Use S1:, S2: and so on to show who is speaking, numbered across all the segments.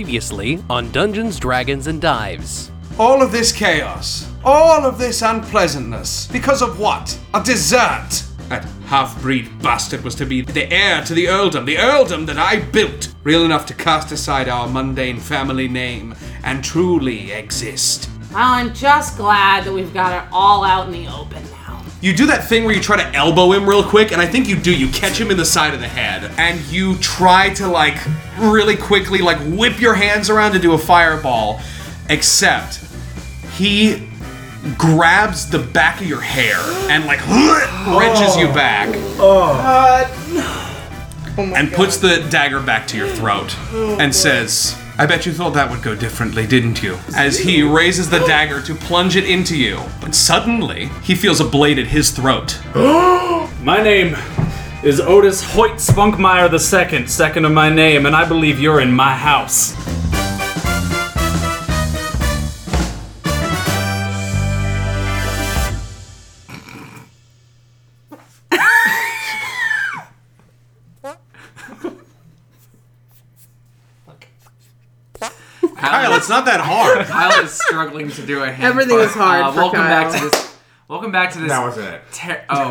S1: Previously on Dungeons, Dragons, and Dives.
S2: All of this chaos, all of this unpleasantness, because of what? A dessert! That half breed bastard was to be the heir to the earldom, the earldom that I built, real enough to cast aside our mundane family name and truly exist.
S3: Well, I'm just glad that we've got it all out in the open now.
S2: You do that thing where you try to elbow him real quick, and I think you do. You catch him in the side of the head, and you try to like really quickly like whip your hands around to do a fireball, except he grabs the back of your hair and like wrenches you back and puts the dagger back to your throat and says, I bet you thought that would go differently, didn't you? As he raises the dagger to plunge it into you. But suddenly, he feels a blade at his throat.
S4: My name is Otis Hoyt Spunkmeyer II, second of my name, and I believe you're in my house.
S2: Kyle, it's not that hard.
S5: Kyle is struggling to do a hand.
S3: Everything is hard
S5: Uh,
S3: for
S5: welcome back
S3: Kyle.
S5: to this. Welcome back to this.
S6: That wasn't it.
S5: ter- oh,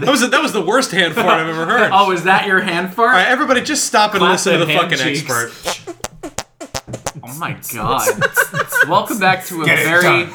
S2: That was, that was the worst hand fart I've ever heard.
S5: oh, is that your hand fart?
S2: All right, everybody, just stop and
S4: Clap
S2: listen to
S4: their
S2: the
S4: hand
S2: fucking
S4: cheeks.
S2: expert.
S5: Oh my god! welcome back to a
S6: Get it
S5: very,
S6: done.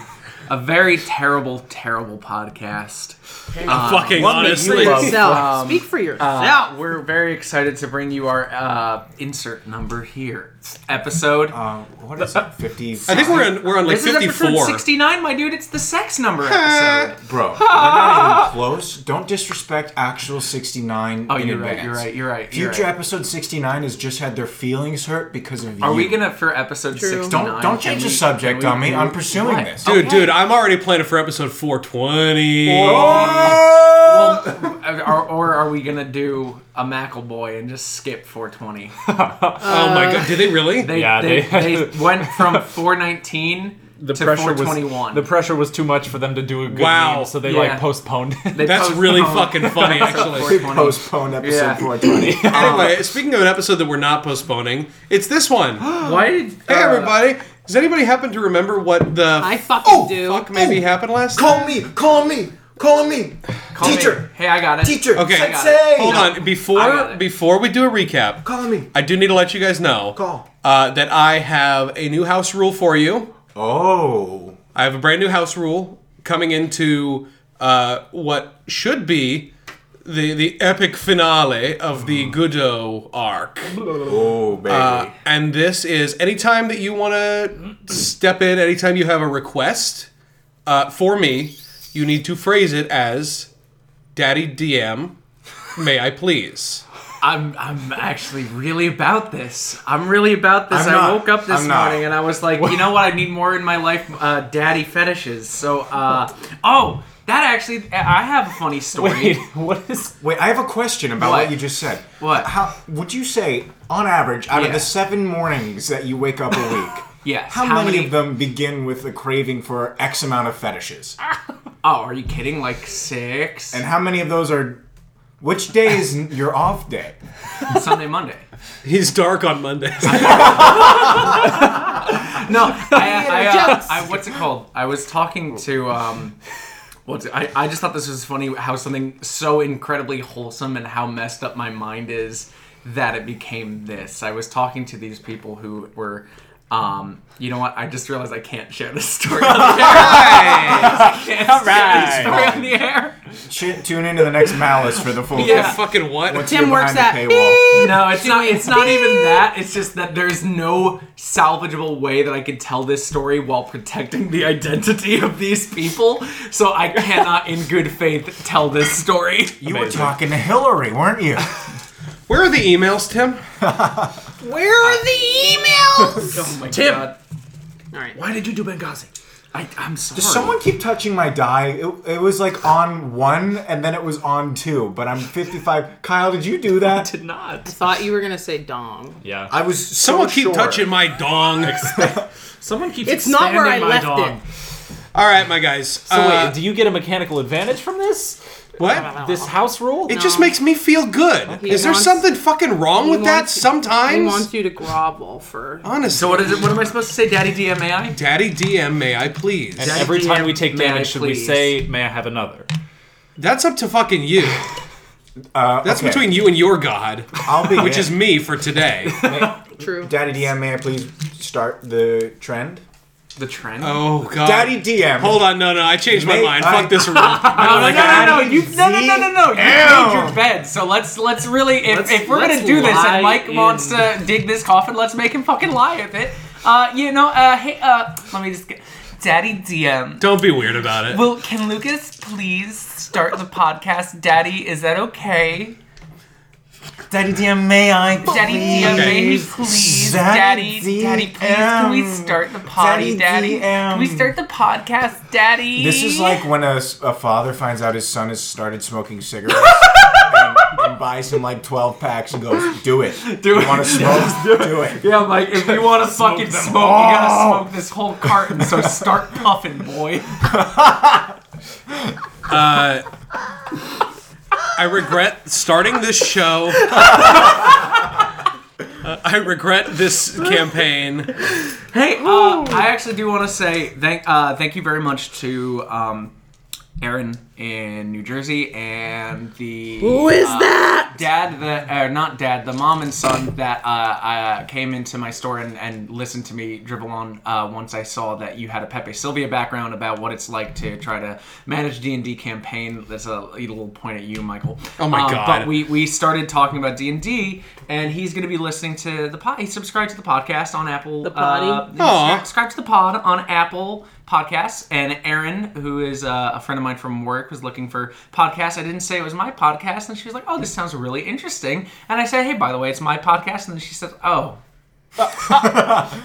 S5: a very terrible, terrible podcast.
S4: Uh-huh.
S2: fucking honestly.
S3: Yourself. Speak for yourself.
S5: yeah, we're very excited to bring you our uh, insert number here episode.
S6: Um, what is it? 50.
S2: I think we're on, we're on like
S5: this is
S2: 54.
S5: episode sixty-nine, my dude. It's the sex number episode.
S6: Bro, we're not even close. Don't disrespect actual 69.
S5: Oh,
S6: in
S5: you're right,
S6: advance.
S5: you're right. You're right. You're
S6: Future
S5: right.
S6: episode 69 has just had their feelings hurt because of you.
S5: Are we gonna for episode
S3: True.
S5: sixty-nine?
S6: Don't, don't change the subject on me. I'm pursuing
S5: What? Oh,
S6: this.
S2: Dude,
S5: Okay.
S2: dude, I'm already planning for episode 420.
S6: Oh!
S5: Well, uh, or, or are we gonna do a Mackle and just skip 420?
S2: oh my god, did they really?
S5: They,
S4: Yeah,
S5: they,
S4: they-
S5: they went from 419
S4: The
S5: to
S4: pressure was
S5: 421.
S4: the pressure was too much for them to do a good
S2: Wow.
S4: wow. so they
S5: Yeah.
S4: like postponed it.
S5: They
S2: That's
S5: postponed
S2: really fucking funny, actually.
S5: 420.
S6: Postpone episode
S5: Yeah.
S6: 420.
S2: anyway, speaking of an episode that we're not postponing, it's this one. hey,
S5: Why did uh,
S2: everybody. Does anybody happen to remember what the
S3: I fucking
S2: oh,
S3: do.
S2: fuck maybe happened last
S6: call me! Call me! Call me!
S5: call me-
S6: Teacher!
S5: Hey, I got it.
S6: Teacher!
S2: Okay,
S6: Sensei!
S2: hold on.
S5: I got
S2: Before
S5: it.
S2: before we do a recap,
S6: Call me!
S2: I do need to let you guys know
S6: Call.
S2: uh, that I have a new house rule for you.
S6: Oh.
S2: I have a brand new house rule coming into uh, what should be the the epic finale of the Goodo arc.
S6: Oh, baby.
S2: Uh, and this is anytime that you want to step in, anytime you have a request uh, for me, you need to phrase it as Daddy DM, may I please?
S5: I'm, I'm actually really about this. I'm really about this.
S6: I'm
S5: I
S6: not.
S5: woke up this
S6: I'm not.
S5: morning and I was like, you know what? I need more in my life, uh, daddy fetishes. So, uh, oh, that actually, I have a funny story.
S4: Wait, what is
S6: Wait, I have a question about
S5: What?
S6: what, you just said.
S5: What?
S6: How would you say, on average, out
S5: Yeah.
S6: of the seven mornings that you wake up a week,
S5: Yes.
S6: how, many, of them begin with a craving for X amount of fetishes?
S5: Oh, are you kidding? Like six?
S6: And how many of those are? Which day is n- your off day?
S5: Sunday, Monday.
S2: He's dark on Mondays.
S5: No, I, I, uh,
S3: jokes.
S5: I- what's it called? I was talking to, um, what's it, I, I just thought this was funny how something so incredibly wholesome and how messed up my mind is that it became this. I was talking to these people who were, um, you know what? I just realized I can't share this story on the air. I can't share this story on the air.
S6: Ch- tune into the next malice for the full.
S5: Yeah.
S2: Fucking what?
S3: Tim works
S6: behind
S3: at-
S6: the paywall.
S5: No, it's not. It's not even that. It's just that there's no salvageable way that I could tell this story while protecting the identity of these people. So I cannot, in good faith, tell this story.
S6: You were talking to Hillary, weren't you?
S2: Where are the emails, Tim?
S3: Where are the emails?
S5: Oh my
S3: Tim.
S5: god!
S3: All right.
S5: Why did you do Benghazi? I, I'm sorry.
S6: Does someone keep touching my die? It, it was like on one, and then it was on two. But I'm 55. Kyle, did you do that?
S4: did not?
S3: Thought you were gonna say dong.
S4: Yeah.
S6: I was. so
S2: Someone keep
S6: sure.
S2: touching my dong.
S4: Someone keeps
S3: It's not where I
S4: expanding my
S3: left
S4: dog.
S3: it.
S2: All right, my guys.
S4: So
S2: uh,
S4: wait, do you get a mechanical advantage from this?
S2: What?
S4: This house rule?
S2: It just makes me feel good.
S3: He
S2: Is there
S3: wants-
S2: something fucking wrong with
S3: He
S2: that
S3: wants-
S2: sometimes?
S3: He wants you to grovel for.
S2: Honestly.
S5: So what is it? What am I supposed to say, Daddy DMAI?
S2: Daddy DM, may I please?
S4: And every time we take
S5: May I
S4: damage, should we
S5: please?
S4: say, may I have another?
S2: That's up to fucking you.
S6: Uh,
S2: That's
S6: okay. Oh,
S2: between you and your god,
S6: I'll be
S2: which is me for today.
S3: True.
S6: Daddy DM. May I please start the trend?
S5: The trend.
S2: Oh god.
S6: Daddy DM.
S2: Hold on, no, no, I changed my
S6: May
S2: mind.
S6: I-
S2: Fuck this rule. I don't
S5: No,
S2: like
S5: no,
S2: it.
S5: no, no, you, no, no, no, no, no! You
S6: Ew.
S5: made your bed, so let's let's really if,
S4: Let's-
S5: if we're
S4: let's
S5: gonna do this
S4: lie
S5: and Mike
S4: in-
S5: wants to dig this coffin, let's make him fucking lie with it. Uh, you know, uh, hey, uh, let me just get Daddy DM.
S2: Don't be weird about it.
S5: Well, can Lucas please start the podcast? Daddy, is that okay?
S6: Daddy DM. May I?
S5: Daddy DM, may he
S2: Please.
S5: please,
S6: Daddy
S5: Daddy, Daddy, please, can we start the potty, Daddy?
S6: Daddy
S5: Can we
S6: DM.
S5: start the podcast, Daddy?
S6: This is like when a, s- a father finds out his son has started smoking cigarettes and, and buys him like 12 packs and goes, Do it. Do
S5: it.
S6: You want to smoke? do it.
S5: Yeah, Mike, if you want to fucking
S4: them
S5: smoke, you gotta smoke this whole carton, so start puffing, boy.
S2: I regret starting this show. Uh, I regret this campaign.
S5: Hey, uh, I actually do want to say thank uh, thank you very much to um, Aaron in New Jersey and the uh,
S3: Who is that?
S5: dad the uh, not dad the mom and son that uh, uh, came into my store and, and listened to me dribble on uh, once i saw that you had a pepe sylvia background about what it's like to try to manage d&d campaign that's a little point at you michael Um,
S2: Oh my God.
S5: but we, we started talking about d&d and he's going to be listening to the pod he subscribed to the podcast on apple the
S3: potty?
S2: Aw.
S5: subscribe to the pod on Apple Podcasts. And Erin, who is uh, a friend of mine from work, was looking for podcasts. I didn't say it was my podcast, and she was like, "Oh, this sounds really interesting." And I said, "Hey, by the way, it's my podcast." And then she said, "Oh." oh.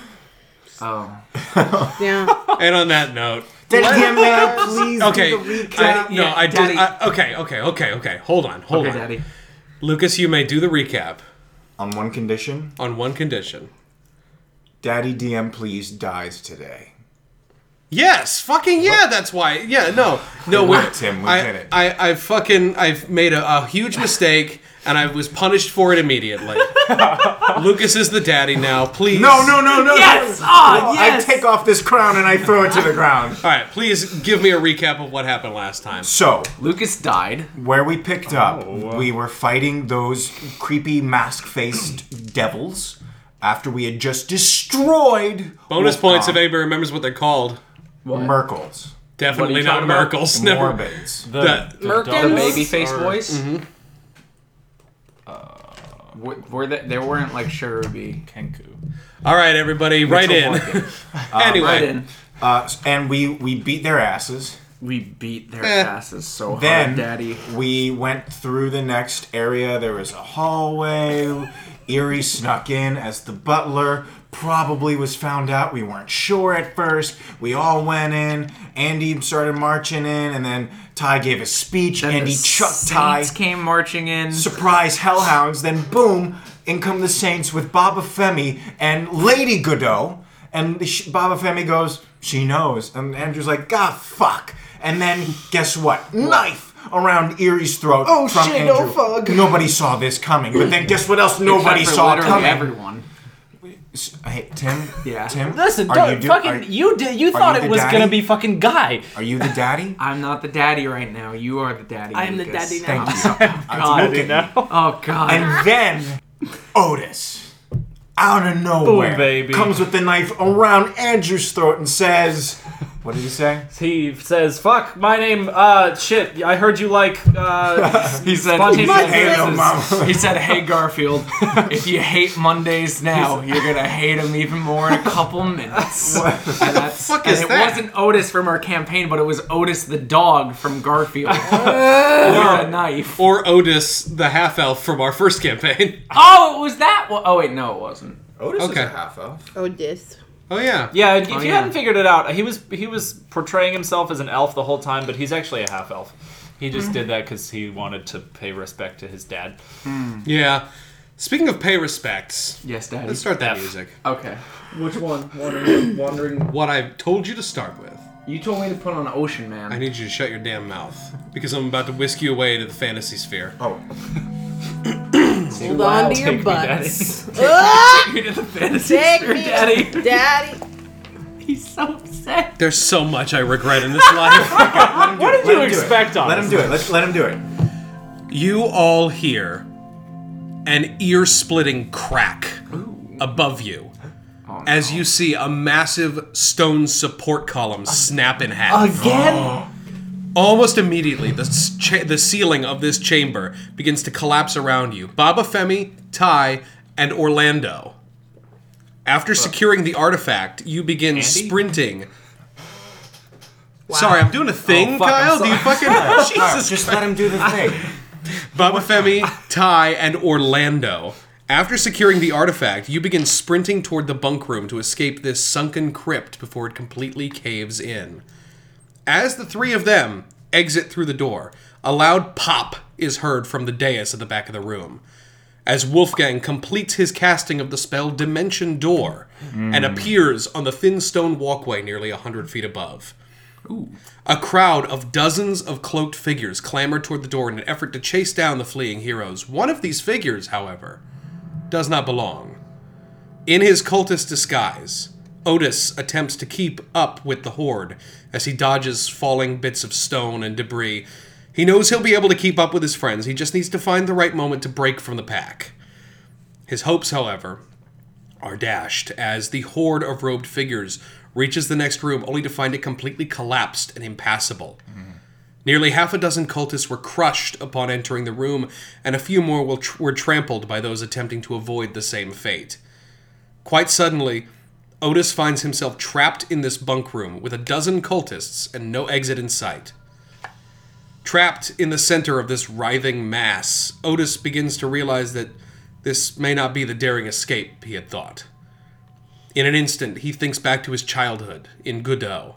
S3: Yeah.
S2: And on that note,
S6: Daddy DM, may I please
S2: okay,
S6: do the
S2: I,
S6: recap?
S2: no,
S5: Yeah,
S2: I did.
S5: Daddy.
S2: I, okay, okay, okay, okay. Hold on, hold
S5: Okay,
S2: on,
S5: Daddy.
S2: Lucas. You may do the recap
S6: On one condition
S2: on one condition.
S6: Daddy DM, please dies today.
S2: Yes, fucking yeah. That's why. Yeah, no, no.
S6: We
S2: We,
S6: did, Tim, we
S2: I,
S6: did it.
S2: I, I fucking, I've made a, a huge mistake, and I was punished for it immediately. Lucas is the daddy now. Please,
S6: No, no, no, no.
S5: Yes!
S6: no.
S5: Ah,
S6: No,
S5: yes!
S6: I take off this crown and I throw it to the ground.
S2: All right, please give me a recap of what happened last time.
S6: So,
S5: Lucas died.
S6: where we picked up,
S2: Oh,
S6: we were fighting those creepy mask faced devils after we had just destroyed
S2: Bonus points if
S6: Wolfgang
S2: anybody remembers what they're called.
S6: Merkles.
S2: Definitely
S5: you
S2: not
S5: talking about?
S2: Merkles. Never.
S6: Morbids.
S2: That-
S3: Merkins.
S5: The
S3: Those
S5: baby face
S4: are-
S5: boys. Were, Uh, were they, they weren't like sure Ruby.
S4: Kenku.
S2: All right, everybody, right in. anyway,
S5: Right in.
S6: Uh, and we, we beat their asses.
S5: We beat their
S2: Eh.
S5: asses so hard,
S6: Then
S5: Daddy.
S6: we went through the next area. There was a hallway. Erie snuck in as the butler. Probably was found out. We weren't sure at first. We all went in. Andy started marching in, and then Ty gave a speech.
S5: Then
S6: Andy
S5: the
S6: chucked Ty.
S5: Saints came marching in.
S6: Surprise hellhounds. Then boom, in come the Saints with Baba Femi and Lady Godot. And sh- Baba Femi goes, she knows. And Andrew's like, God, fuck. And then guess what? Knife around Erie's throat. Oh from
S7: shit,
S6: Andrew.
S7: oh, fuck.
S6: Nobody saw this coming. But then guess what else? Nobody
S5: Except for
S6: saw
S5: literally
S6: coming.
S5: Everyone.
S6: S- Hey Tim.
S5: Yeah.
S6: Tim.
S7: Listen,
S6: are
S7: don't
S6: you do-
S7: fucking.
S6: are-
S7: you did. You thought
S6: you
S7: it
S6: the
S7: was
S6: daddy?
S7: gonna be fucking guy.
S6: Are you the daddy?
S5: I'm not the daddy right now. You are the daddy.
S3: I am the
S5: Lucas.
S3: daddy now.
S6: Thank you.
S5: God.
S6: Look at me.
S5: Oh God.
S6: Oh, And then Otis, out of nowhere,
S4: baby.
S6: comes with the knife around Andrew's throat and says, "What did he say?"
S4: He says, fuck, my name, uh, shit, I heard you like, uh,
S5: he said,
S4: Spongy
S5: he
S4: My
S5: said,
S4: hair,
S5: this is-
S6: mama.
S5: he said, "Hey Garfield, if you hate Mondays now, you're gonna hate them even more in a couple minutes." And that's,
S2: fuck
S5: and
S2: is
S5: it
S2: that?
S5: wasn't Otis from our campaign, but it was Otis the dog from Garfield with a knife.
S2: or Otis, the half elf from our first campaign.
S5: Oh, it was that. one- Oh wait, no, it wasn't.
S6: Otis
S2: Okay.
S6: half elf.
S3: Oh, this.
S2: Oh yeah.
S4: yeah, if you
S5: yeah.
S4: hadn't figured it out, he was, he was portraying himself as an elf the whole time, but he's actually a half-elf. He
S3: Mm-hmm.
S4: just did that because he wanted to pay respect to his dad.
S2: Yeah. Speaking of pay respects,
S5: Yes, Daddy.
S2: let's start that
S4: F.
S2: music.
S5: Okay.
S4: Which one? Wandering, wandering
S2: What I told you to start with.
S5: You told me to put on Ocean Man.
S2: I need you to shut your damn mouth because I'm about to whisk you away to the fantasy sphere.
S6: Oh,
S3: Hold on to
S4: Take
S3: your
S4: me, Daddy.
S3: butts. Ah!
S5: you did the fantasy
S3: Take
S5: sphere,
S3: me,
S5: Daddy.
S3: Daddy. He's so upset.
S2: There's so much I regret in this life.
S4: What did
S6: Let
S4: you
S6: him do it.
S4: expect on
S6: Let him do it. Let, let him do it.
S2: you all hear an ear splitting crack above you as you see a massive stone support column snap in half.
S4: Again?
S2: Almost immediately, the, s- cha- the ceiling of this chamber begins to collapse around you. Baba Femi, Ty, and Orlando. After securing the artifact, you begin sprinting. Sorry, I'm doing a thing,
S4: Oh, fuck, I'm
S2: Kyle. Do you fucking Jesus?
S6: Just let him do the thing.
S2: Baba Femi, Ty, and Orlando. After securing the artifact, you begin sprinting toward the bunk room to escape this sunken crypt before it completely caves in. As the three of them exit through the door, a loud pop is heard from the dais at the back of the room. As Wolfgang completes his casting of the spell Dimension Door and appears on the thin stone walkway nearly a hundred feet above. A crowd of dozens of cloaked figures clamber toward the door in an effort to chase down the fleeing heroes. One of these figures, however, does not belong. In his cultist disguise, Otis attempts to keep up with the horde as he dodges falling bits of stone and debris. He knows he'll be able to keep up with his friends, he just needs to find the right moment to break from the pack. His hopes, however, are dashed as the horde of robed figures reaches the next room only to find it completely collapsed and impassable. Nearly half a dozen cultists were crushed upon entering the room, and a few more will tr- were trampled by those attempting to avoid the same fate. Quite suddenly, Otis finds himself trapped in this bunk room with a dozen cultists and no exit in sight. Trapped in the center of this writhing mass, Otis begins to realize that this may not be the daring escape he had thought. In an instant, he thinks back to his childhood in Godot,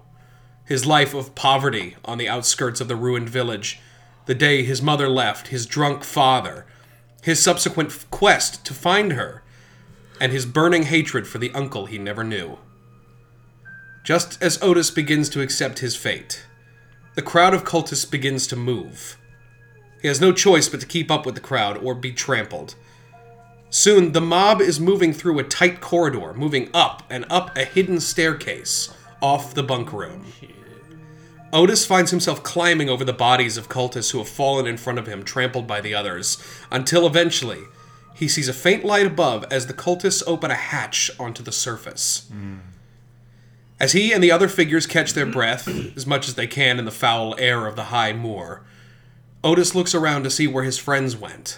S2: his life of poverty on the outskirts of the ruined village, the day his mother left, his drunk father, his subsequent f- quest to find her, and his burning hatred for the uncle he never knew. Just as Otis begins to accept his fate, the crowd of cultists begins to move. He has no choice but to keep up with the crowd or be trampled. Soon, the mob is moving through a tight corridor, moving up and up a hidden staircase off the bunk room. Otis finds himself climbing over the bodies of cultists who have fallen in front of him, trampled by the others, until eventually he sees a faint light above as the cultists open a hatch onto the surface. As he and the other figures catch their breath, as much as they can in the foul air of the high moor, Otis looks around to see where his friends went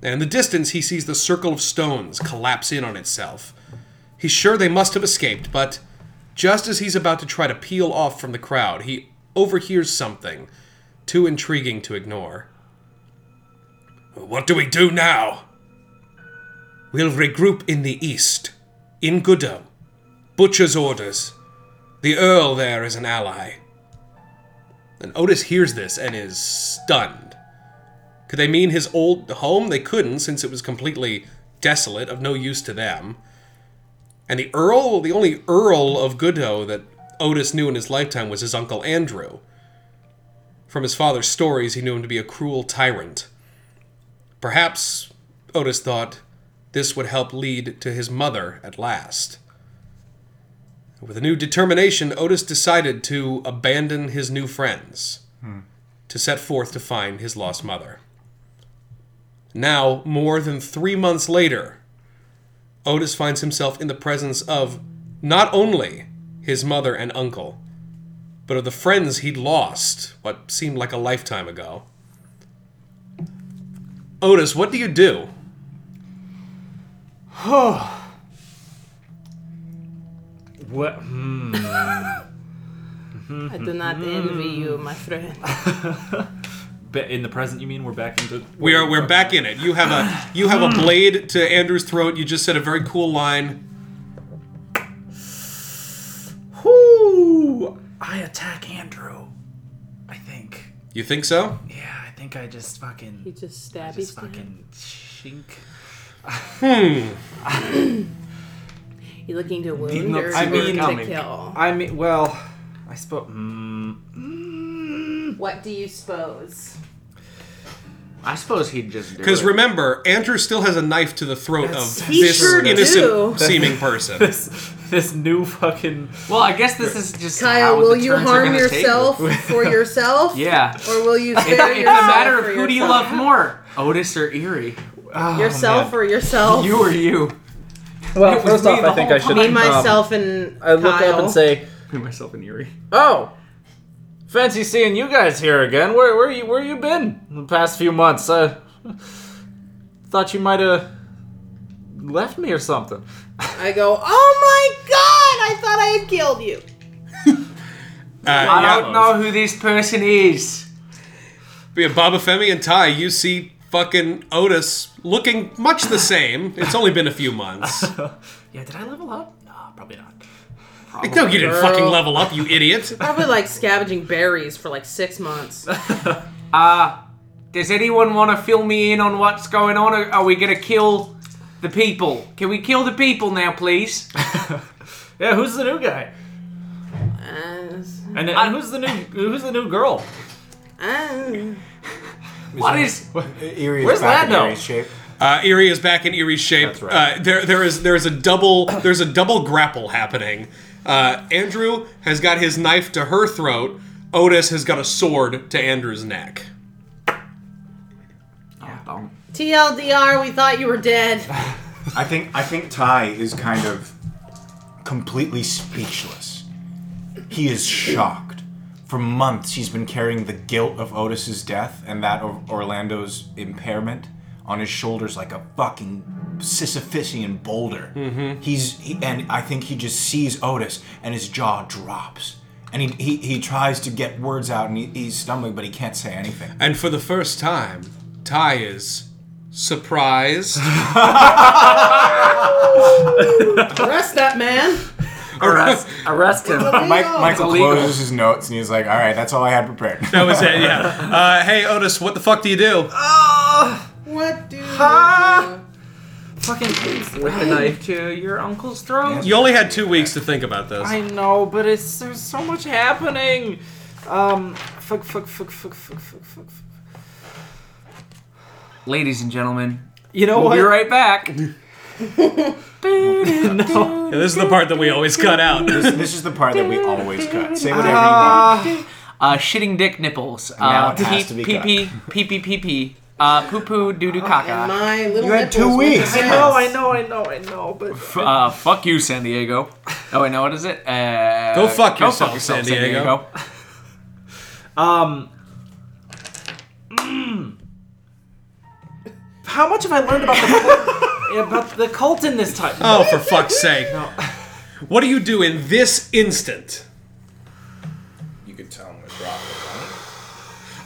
S2: and in the distance he sees the circle of stones collapse in on itself. He's sure they must have escaped, but just as he's about to try to peel off from the crowd, he overhears something too intriguing to ignore. What do we do now? We'll regroup in the east, in Goodo. Butcher's orders. The Earl there is an ally. And Otis hears this and is stunned. Could they mean his old home? They couldn't, since it was completely desolate, of no use to them. And the Earl, the only Earl of Goodo that Otis knew in his lifetime was his uncle Andrew. From his father's stories, he knew him to be a cruel tyrant. Perhaps, Otis thought, this would help lead to his mother at last. With a new determination, Otis decided to abandon his new friends to set forth to find his lost mother. Now, more than three months later, Otis finds himself in the presence of not only his mother and uncle, but of the friends he'd lost what seemed like a lifetime ago. Otis, what do you do?
S4: What? hmm.
S3: I do not envy you, my friend.
S4: Ba- In the present, you mean we're back into?
S2: We are we're back in it. You have a you have a blade to Andrew's throat. You just said a very cool line.
S4: Whoo! I attack Andrew. I think.
S2: You think so?
S4: Yeah, I think I just fucking.
S3: He just stabby
S4: just
S3: stabbed.
S4: fucking shink.
S3: You're looking to wound
S5: not
S3: or
S5: see
S3: I
S5: where
S3: mean,
S5: coming.
S3: to kill.
S4: I mean, well, I suppose. Mm,
S3: What do you suppose?
S5: I suppose he'd just do
S2: Because
S5: it.
S2: remember, Andrew still has a knife to the throat
S6: That's-
S2: of
S6: He
S2: this
S6: sure
S3: do.
S2: innocent seeming person. Uh,
S4: this this new fucking
S5: well, I guess this is just
S7: Kyle,
S5: how
S7: will
S5: the
S7: you
S5: turns are
S7: harm
S5: gonna take it.
S7: yourself for yourself?
S5: Yeah.
S7: Or will you spare
S5: It's, it's a
S7: yourself
S5: matter of
S7: for
S5: who do you
S7: yourself?
S5: love more, Otis or Erie?
S7: Yourself or yourself?
S5: You or you?
S8: Well,
S5: It was
S8: first
S5: me
S8: off,
S5: the
S8: I think
S5: whole
S8: I should.
S7: me,
S5: time.
S8: um,
S7: myself, and
S8: I look
S7: Kyle.
S8: up and say,
S5: Me, myself, and Erie.
S8: "Oh, fancy seeing you guys here again. Where where you where you been in the past few months? Uh, thought you might have left me or something."
S7: I go, oh my god! I thought I had killed you.
S5: I
S2: Uh,
S5: don't know who this person is.
S2: yeah, Baba Femi and Ty, you see fucking Otis looking much the same. It's only been a few months.
S4: yeah. Did I level up? No, probably not.
S2: no, you didn't
S7: Girl.
S2: fucking level up, you idiot.
S7: Probably like scavenging berries for like six months.
S5: Does anyone want to fill me in on what's going on? Or are we gonna kill the people? Can we kill the people now, please?
S4: Yeah, who's the new guy?
S7: Uh,
S4: And, and who's the new who's the new girl?
S7: uh,
S5: What is?
S6: Eerie
S4: Where's
S6: is back
S4: Lando?
S6: in Erie's shape.
S2: Uh, Eerie is back in Erie's shape.
S6: That's right.
S2: Uh, there, there is there is a double there's a double grapple happening. Uh, Andrew has got his knife to her throat. Otis has got a sword to Andrew's neck.
S7: TLDR, we thought you were dead.
S6: I think I think Ty is kind of completely speechless. He is shocked. For months, he's been carrying the guilt of Otis's death and that of Orlando's impairment on his shoulders like a fucking Sisyphusian boulder.
S2: Mm-hmm.
S6: He's he, and I think he just sees Otis and his jaw drops. And he, he, he tries to get words out and he, he's stumbling, but he can't say anything.
S2: And for the first time, Ty is surprised.
S7: Arrest that man.
S5: Arrest! Arrest him!
S6: Mike, Michael
S5: illegal.
S6: closes his notes and he's like, all right, that's all I had prepared.
S2: that was it. Yeah. Uh, hey Otis, what the fuck do you do?
S7: What do?
S5: Fucking with the knife to your uncle's throat.
S2: You only had two weeks to think about this.
S8: I know, but it's there's so much happening. Um, fuck, fuck, fuck, fuck, fuck, fuck, fuck. fuck.
S5: Ladies and gentlemen,
S8: You know
S5: we'll
S8: what?
S5: be right back.
S2: Yeah, this is the part that we always cut out.
S6: This, this is the part that we always cut. Say whatever you want.
S5: Uh, shitting dick nipples.
S6: Now
S5: Uh,
S6: it has
S5: pee
S6: to be
S5: pee pee pee pee pee pee. Uh, poo poo doo doo caca.
S7: My little
S6: You had two
S7: nipples went to
S6: weeks.
S7: hell.
S8: No, I know, I know, I know, but
S5: F- Uh, fuck you, San Diego. Oh wait, no, what is it? Uh,
S2: Go fuck yourself, San Diego.
S8: um. mm. How much have I learned about the about the cult in this time?
S2: Oh, for fuck's sake! What do you do in this instant?
S6: You can tell him it's Robert.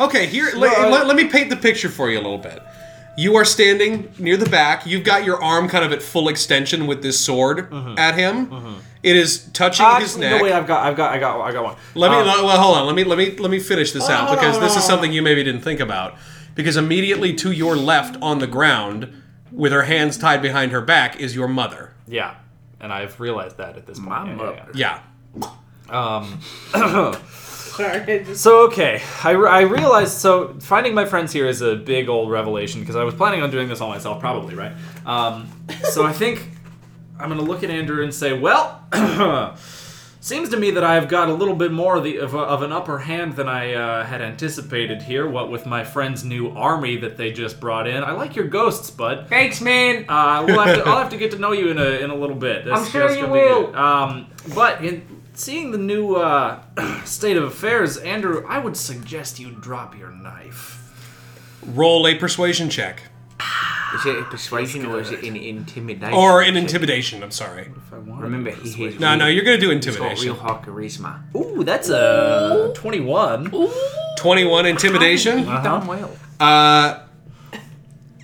S2: Okay, here, let,
S8: I-
S2: let, let me paint the picture for you a little bit. You are standing near the back. You've got your arm kind of at full extension with this sword at him. It is touching his
S8: Actually,
S2: neck.
S8: no, wait, I've got, I've got, I got, I got one.
S2: let me
S8: Um,
S2: let- well, hold on. Let me let me let me finish this out
S7: Oh. hold on,
S2: because
S7: hold
S2: this
S7: on,
S2: is
S7: hold
S2: something you maybe didn't think about. Because immediately to your left on the ground, with her hands tied behind her back, is your mother.
S4: Yeah, and I've realized that at this point.
S5: My
S4: Yeah, yeah, yeah.
S5: mother.
S2: Yeah.
S7: Sorry, I just-
S4: So okay, I, re- I realized so finding my friends here is a big old revelation because I was planning on doing this all myself probably right. Um, so I think I'm gonna look at Andrew and say, well, seems to me that I've got a little bit more of, the, of, a- of an upper hand than I uh, had anticipated here. What with my friend's new army that they just brought in, I like your ghosts, bud.
S5: Thanks, man.
S4: Uh, we'll have to, I'll have to get to know you in a, in a little bit. That's-
S5: I'm sure
S4: that's
S5: you
S4: gonna be
S5: will.
S4: good. Um, but in seeing the new uh, state of affairs, Andrew, I would suggest you drop your knife.
S2: Roll a persuasion check
S5: Is it persuasion or is it an intimidation?
S2: or an intimidation. I'm sorry.
S5: Remember, he hates
S2: No, no, you're gonna do
S5: real
S2: intimidation.
S5: hot charisma.
S4: Ooh, that's a 21.
S2: Twenty-one intimidation. Uh,
S5: Done well.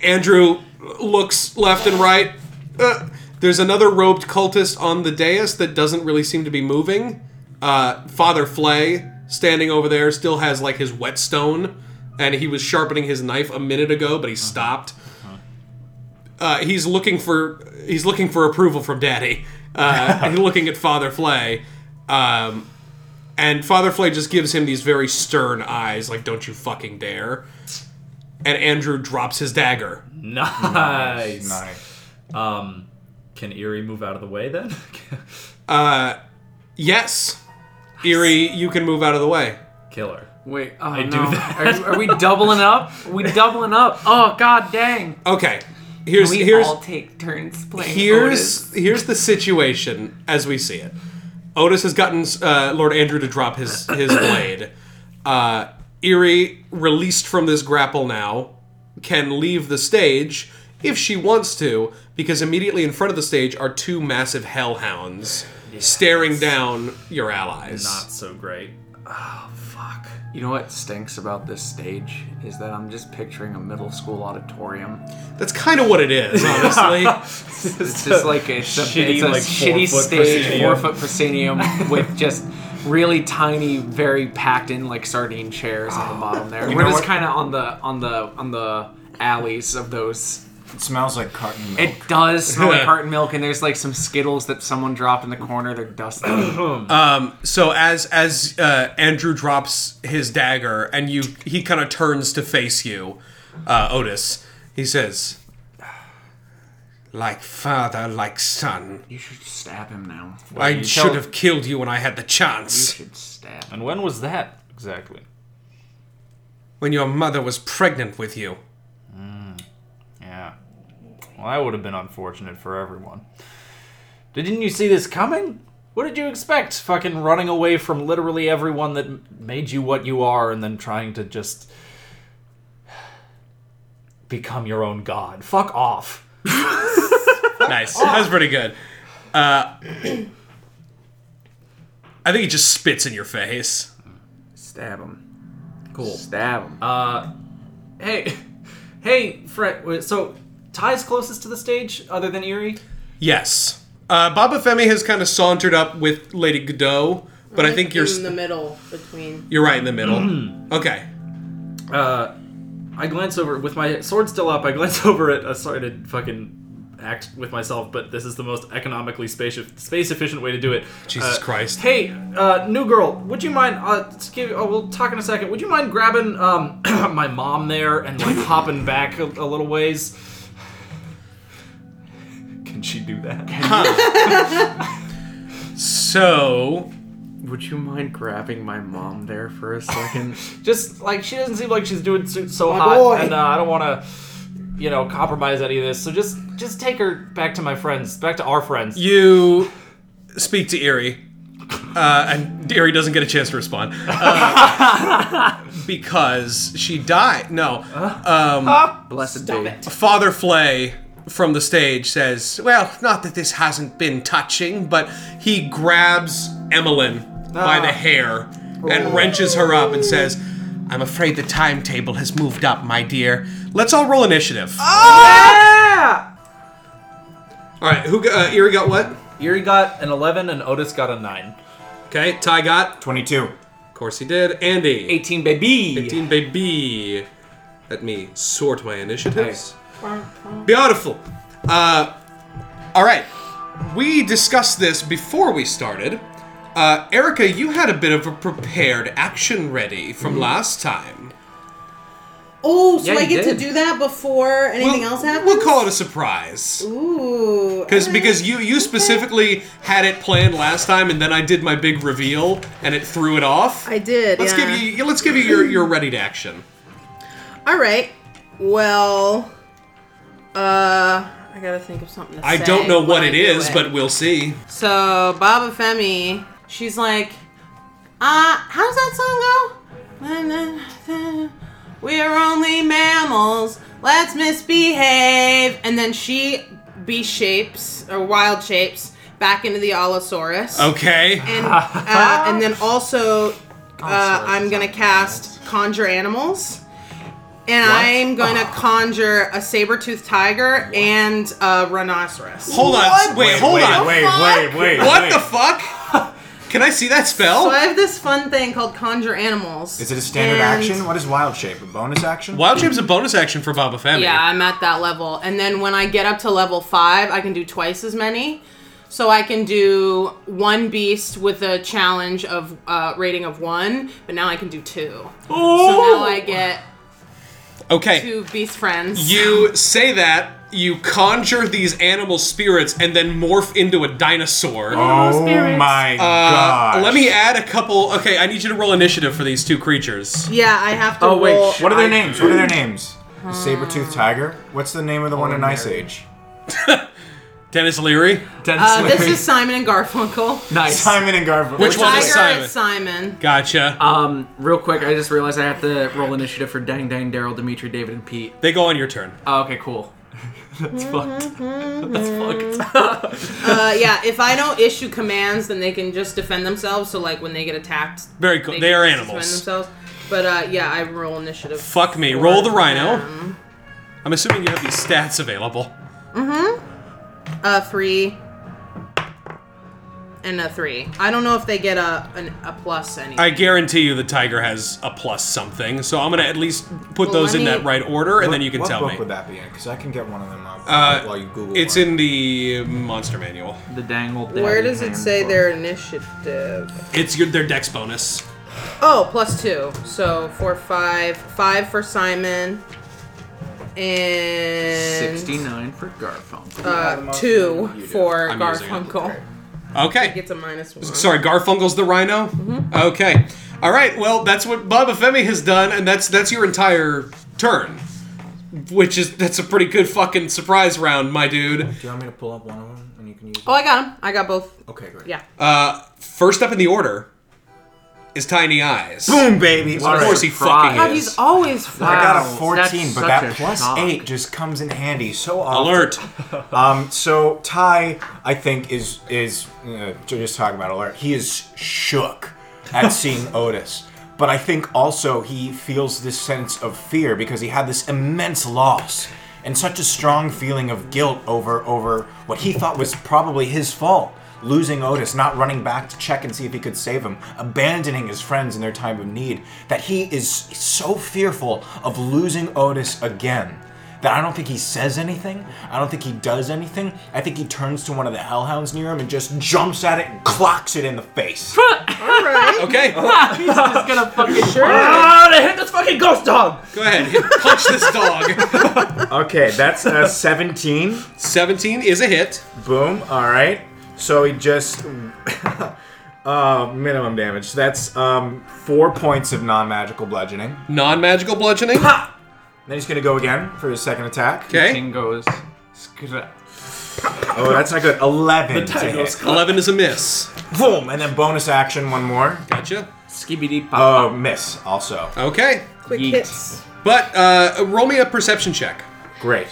S2: Andrew looks left and right. Uh, there's another robed cultist on the dais that doesn't really seem to be moving. Uh, Father Flay, standing over there, still has like his whetstone, and he was sharpening his knife a minute ago, but he stopped. Uh, he's looking for he's looking for approval from Daddy. Uh, he's looking at Father Flay, um, And Father Flay just gives him these very stern eyes, like, don't you fucking dare. And Andrew drops his dagger.
S4: Nice.
S6: Nice.
S4: Um, can Erie move out of the way then?
S2: Uh, Yes. Eerie, you can move out of the way.
S4: Killer.
S5: Wait, oh,
S4: do
S5: no.
S4: that.
S5: Are, are we doubling up? Are we doubling up? Oh god dang!
S2: Okay. Here's
S7: We
S2: here's
S7: all take turns playing.
S2: here's
S7: Otis.
S2: here's the situation as we see it. Otis has gotten uh, Lord Andrew to drop his his blade. Uh, Eerie, released from this grapple now, can leave the stage if she wants to, because immediately in front of the stage are two massive hellhounds staring down your allies.
S4: Not so great.
S5: You know what stinks about this stage is that I'm just picturing a middle school auditorium.
S2: That's kind of what it is, honestly.
S5: It's just like it's a
S4: Shitty,
S5: shitty, it's a
S4: like,
S5: shitty
S4: four-foot
S5: stage,
S4: proscenium.
S5: four foot proscenium with just really tiny, very packed in like sardine chairs on the bottom there. We're
S6: know
S5: just
S6: what?
S5: kind of on the on the on the alleys of those.
S6: It smells like carton milk.
S5: It does smell like carton milk, and there's like some Skittles that someone dropped in the corner. They're dusty.
S2: so as as uh, Andrew drops his dagger and you he kind of turns to face you, uh, Otis. He says, "Like father, like son.
S5: you should stab him now.
S2: I should
S5: tell-
S2: have killed you when I had the
S5: You
S2: chance.
S5: should stab. him.
S4: And when was that exactly?
S2: When your mother was pregnant with you.
S4: Yeah. Well, that would have been unfortunate for everyone. Didn't you see this coming? What did you expect? Fucking running away from literally everyone that m- made you what you are and then trying to just become your own god. Fuck off.
S2: Nice. That was pretty good. Uh, I think he just spits in your face.
S5: Stab him.
S4: Cool.
S5: Stab him. Uh,
S4: Hey, hey, Fred. wait, So, Ty's closest to the stage other than Erie?
S2: Yes. Uh, Baba Femi has kind of sauntered up with Lady Godot, but I think you're
S3: in the middle between.
S2: You're right in the middle.
S5: Mm-hmm.
S2: Okay.
S4: uh, I glance over with my sword still up. I glance over at. I sorry to fucking act with myself, but this is the most economically space space efficient way to do it.
S2: Jesus
S4: Uh,
S2: Christ.
S4: Hey, uh, new girl, would you mind? Uh, let's give, oh, we'll talk in a second. Would you mind grabbing um, my mom there and like hopping back a, a little ways? Can she do that?
S2: So,
S5: Would you mind grabbing my mom there for a second?
S4: Just like she doesn't seem like she's doing so, so
S7: My
S4: hot,
S7: boy.
S4: and uh, I don't want to, you know, compromise any of this. So just just take her back to my friends, back to our friends.
S2: you speak to Erie, uh, and Erie doesn't get a chance to respond uh, because she died. No.
S5: Blessed
S3: Stop
S5: be.
S3: it.
S2: Father Flay from the stage says, Well, not that this hasn't been touching, but he grabs Emmeline by
S4: Ah.
S2: the hair
S4: Oh.
S2: and wrenches her up and says, I'm afraid the timetable has moved up, my dear. Let's all roll initiative.
S4: Ah.
S2: All right, who got, uh, Erie got what?
S4: Yuri got an 11 and Otis got a 9.
S2: Okay, Ty got.
S6: 22.
S2: Of course he did. Andy.
S5: 18 baby.
S2: 18, baby. Let me sort my initiatives. Beautiful. Uh, all right. We discussed this before we started. Uh, Erica, you had a bit of a prepared action ready from last time.
S3: Oh, so
S5: Yeah,
S3: I
S5: you
S3: get
S5: did.
S3: to do that before anything
S2: We'll-
S3: else happens.
S2: We'll call it a surprise.
S3: Ooh.
S2: Because
S3: alright.
S2: because you you specifically had it planned last time, and then I did my big reveal, and it threw it off.
S3: I did.
S2: let's
S3: yeah.
S2: give you let's give you your, your ready to action.
S3: All right. Well, uh, I gotta think of something. To
S2: I
S3: say
S2: don't know what
S3: when
S2: it
S3: I do
S2: is, but we'll see.
S3: so Baba Femi, she's like, uh, how's that song go? We're only mammals. Let's misbehave. And then she B shapes or wild shapes back into the Allosaurus.
S2: Okay.
S3: And, uh, and then also, uh, I'm going to cast Conjure Animals. And I'm going to conjure a saber toothed tiger and a rhinoceros.
S2: Hold on. Wait, hold
S6: wait,
S2: on.
S6: Wait, wait, wait, wait.
S2: What the fuck? Can I see that spell?
S3: So I have this fun thing called Conjure Animals.
S6: Is it a
S3: And-
S6: standard action? What is wild shape? A bonus action?
S2: Wild Shape's a bonus action for Baba Femi.
S3: Yeah, I'm at that level. And then when I get up to level five, I can do twice as many. So I can do one beast with a challenge of uh, rating of one, but now I can do two. So now I get
S2: Okay.
S3: two beast friends.
S2: You say that, you conjure these animal spirits, and then morph into a dinosaur.
S6: Oh my god.
S2: Let me add a couple. Okay, I need you to roll initiative for these two creatures.
S3: Yeah, I have to.
S5: Oh, wait,
S3: roll-
S5: sh-
S6: What are their names? What are their names? The saber-toothed tiger? What's the name of the one in Ice Age?
S2: Dennis Leary.
S5: Dennis
S3: Uh, this
S5: Leary.
S3: is Simon and Garfunkel.
S5: nice.
S6: Simon and Garfunkel.
S2: Which one
S3: Tiger
S2: is
S3: and
S2: Simon?
S3: Simon.
S2: Gotcha.
S3: Uh,
S5: Um, real quick, I just realized I have to roll initiative for Dang Dang, Daryl, Dimitri, David, and Pete.
S2: they go on your turn.
S3: uh,
S5: Oh, okay, cool. That's fucked.
S2: Mm-hmm,
S5: That's fucked.
S3: Uh, yeah, if I don't issue commands, then they can just defend themselves. So like when they get attacked,
S2: Very cool.
S3: they,
S2: They
S3: can
S2: are
S3: just
S2: animals.
S3: Defend themselves. But uh, yeah, I roll initiative.
S2: Fuck me.
S3: for
S2: Roll the rhino.
S3: them.
S2: I'm assuming you have these stats available.
S3: A Uh, three. And a three. I don't know if they get a an, a plus anything.
S2: I guarantee you the tiger has a plus something, so I'm gonna at least put
S3: Well,
S2: those
S3: let
S2: in
S3: me-
S2: that right order, and then you can
S6: what
S2: tell
S6: book
S2: me.
S6: would that be in? Because I can get one of them up
S2: Uh,
S6: while you Google.
S2: It's
S6: one.
S2: in the monster manual.
S5: the dang old
S3: Where
S5: daddy
S3: does it
S5: hand.
S3: say their initiative?
S2: It's your their dex bonus.
S3: Oh, plus two. So four, five, five for Simon, and
S5: 69 for Garfunkel.
S3: uh, two for
S2: I'm using it.
S3: Garfunkel.
S2: Okay.
S3: Gets a minus one.
S2: Sorry, Garfunkel's the Rhino.
S3: Mm-hmm.
S2: Okay, all right. Well, that's what Bob Femi has done, and that's that's your entire turn, which is that's a pretty good fucking surprise round, my dude.
S6: Do you want me to pull up one of them and you can use? it?
S3: Oh, I got him. I got both.
S6: Okay, great.
S3: Yeah.
S2: Uh, first up in the order is Tiny Eyes.
S6: Boom, baby. All
S2: Of course he
S6: right.
S2: fucking
S3: God,
S2: is.
S3: he's always flat.
S6: I got a
S5: Wow,
S6: 14,
S5: that's
S6: but
S5: such
S6: that
S5: a
S6: plus
S5: shock.
S6: 8 just comes in handy so often.
S2: Alert!
S6: Um, so Ty, I think is is uh, just talking about alert. He is shook at seeing Otis, but I think also he feels this sense of fear because he had this immense loss and such a strong feeling of guilt over over what he thought was probably his fault. Losing Otis, not running back to check and see if he could save him, abandoning his friends in their time of need, that he is so fearful of losing Otis again that I don't think he says anything. I don't think he does anything. I think he turns to one of the hellhounds near him and just jumps at it and clocks it in the face.
S2: Okay,
S5: He's gonna fucking
S4: Ah, they hit this fucking ghost dog!
S2: go ahead, hit, punch this dog.
S6: okay, that's a 17.
S2: Seventeen is a hit.
S6: Boom. All right. So he just uh, minimum damage. So that's um, four points of non-magical bludgeoning. And
S2: Non-magical bludgeoning.
S6: then he's gonna go again for his second attack.
S2: Okay,
S5: Ting goes.
S6: Oh, that's not good. Eleven. to hit.
S2: eleven is a miss.
S6: Boom. And then bonus action, one more.
S2: Gotcha.
S5: Skibidi pop.
S6: Oh, miss. Also.
S2: Okay,
S3: Quick
S5: yeet.
S3: hits.
S2: but uh, roll me a perception check.
S6: Great.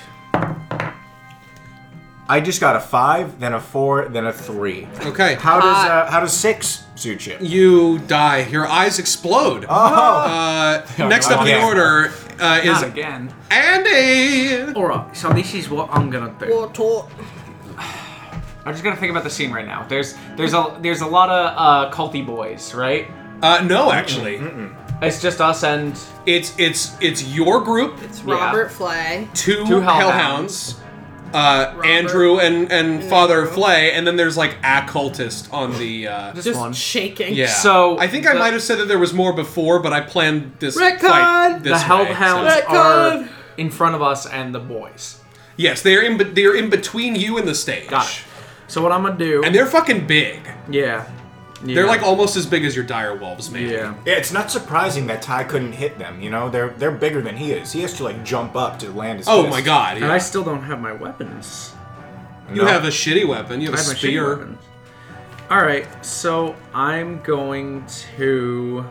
S6: I just got a five, then a four, then a three.
S2: Okay.
S6: How does uh, how does six suit you?
S2: You die. Your eyes explode.
S6: Oh,
S2: Uh, next up in the
S6: again.
S2: order uh,
S5: Not
S2: is
S5: again.
S2: Andy.
S5: Alright, so this is what I'm gonna do.
S3: Tortort.
S5: I'm just gonna think about the scene right now. There's there's a there's a lot of uh, culty boys, right?
S2: Uh, no, actually,
S5: It's just us and
S2: it's it's it's your group,
S3: It's
S5: Yeah.
S3: Robert Flay.
S2: two,
S5: Two
S2: hellhounds, uh, Andrew and and Father Flay, and then there's like a cultist on the. Uh,
S5: this
S3: Just
S5: one.
S3: shaking.
S2: yeah.
S5: so
S2: I think I
S5: the-
S2: might have said that there was more before, but I planned this
S5: Retcon!
S2: fight this
S5: the
S2: way,
S5: hellhounds
S2: so-
S5: are in front of us and the boys.
S2: Yes, they're in. be- They're in between you and the stage.
S5: Got it. So what I'm gonna do?
S2: And they're fucking big.
S5: yeah, yeah,
S2: They're like almost as big as your dire wolves, maybe.
S5: yeah.
S6: Yeah, it's not surprising that Ty couldn't hit them. You know, they're they're bigger than he is. He has to like jump up to land his.
S2: Oh
S6: fist.
S2: my god.
S5: And I
S2: yeah.
S5: still don't have my weapons.
S2: You have a shitty weapon. You have,
S5: I have
S2: a
S5: my shitty
S2: spear.
S5: weapons. All right, so I'm going to.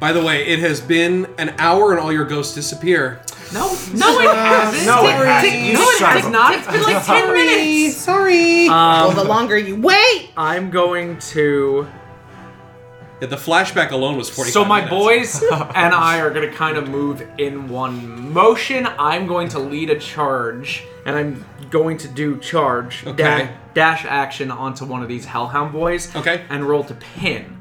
S2: By the way, it has been an hour and all your ghosts disappear.
S5: No, no, it hasn't.
S6: no, it hasn't.
S5: Tick-
S6: You
S5: no, it
S6: son
S5: has
S6: of a- Um,
S5: not. It's been like ten minutes.
S3: Sorry. well, the longer you wait.
S5: I'm going to.
S2: Yeah, the flashback alone was 45
S5: So my
S2: minutes.
S5: boys and I are gonna kind of move in one motion. I'm going to lead a charge, and I'm going to do charge da-
S2: Okay.
S5: dash action onto one of these hellhound boys.
S2: Okay.
S5: And roll to pin.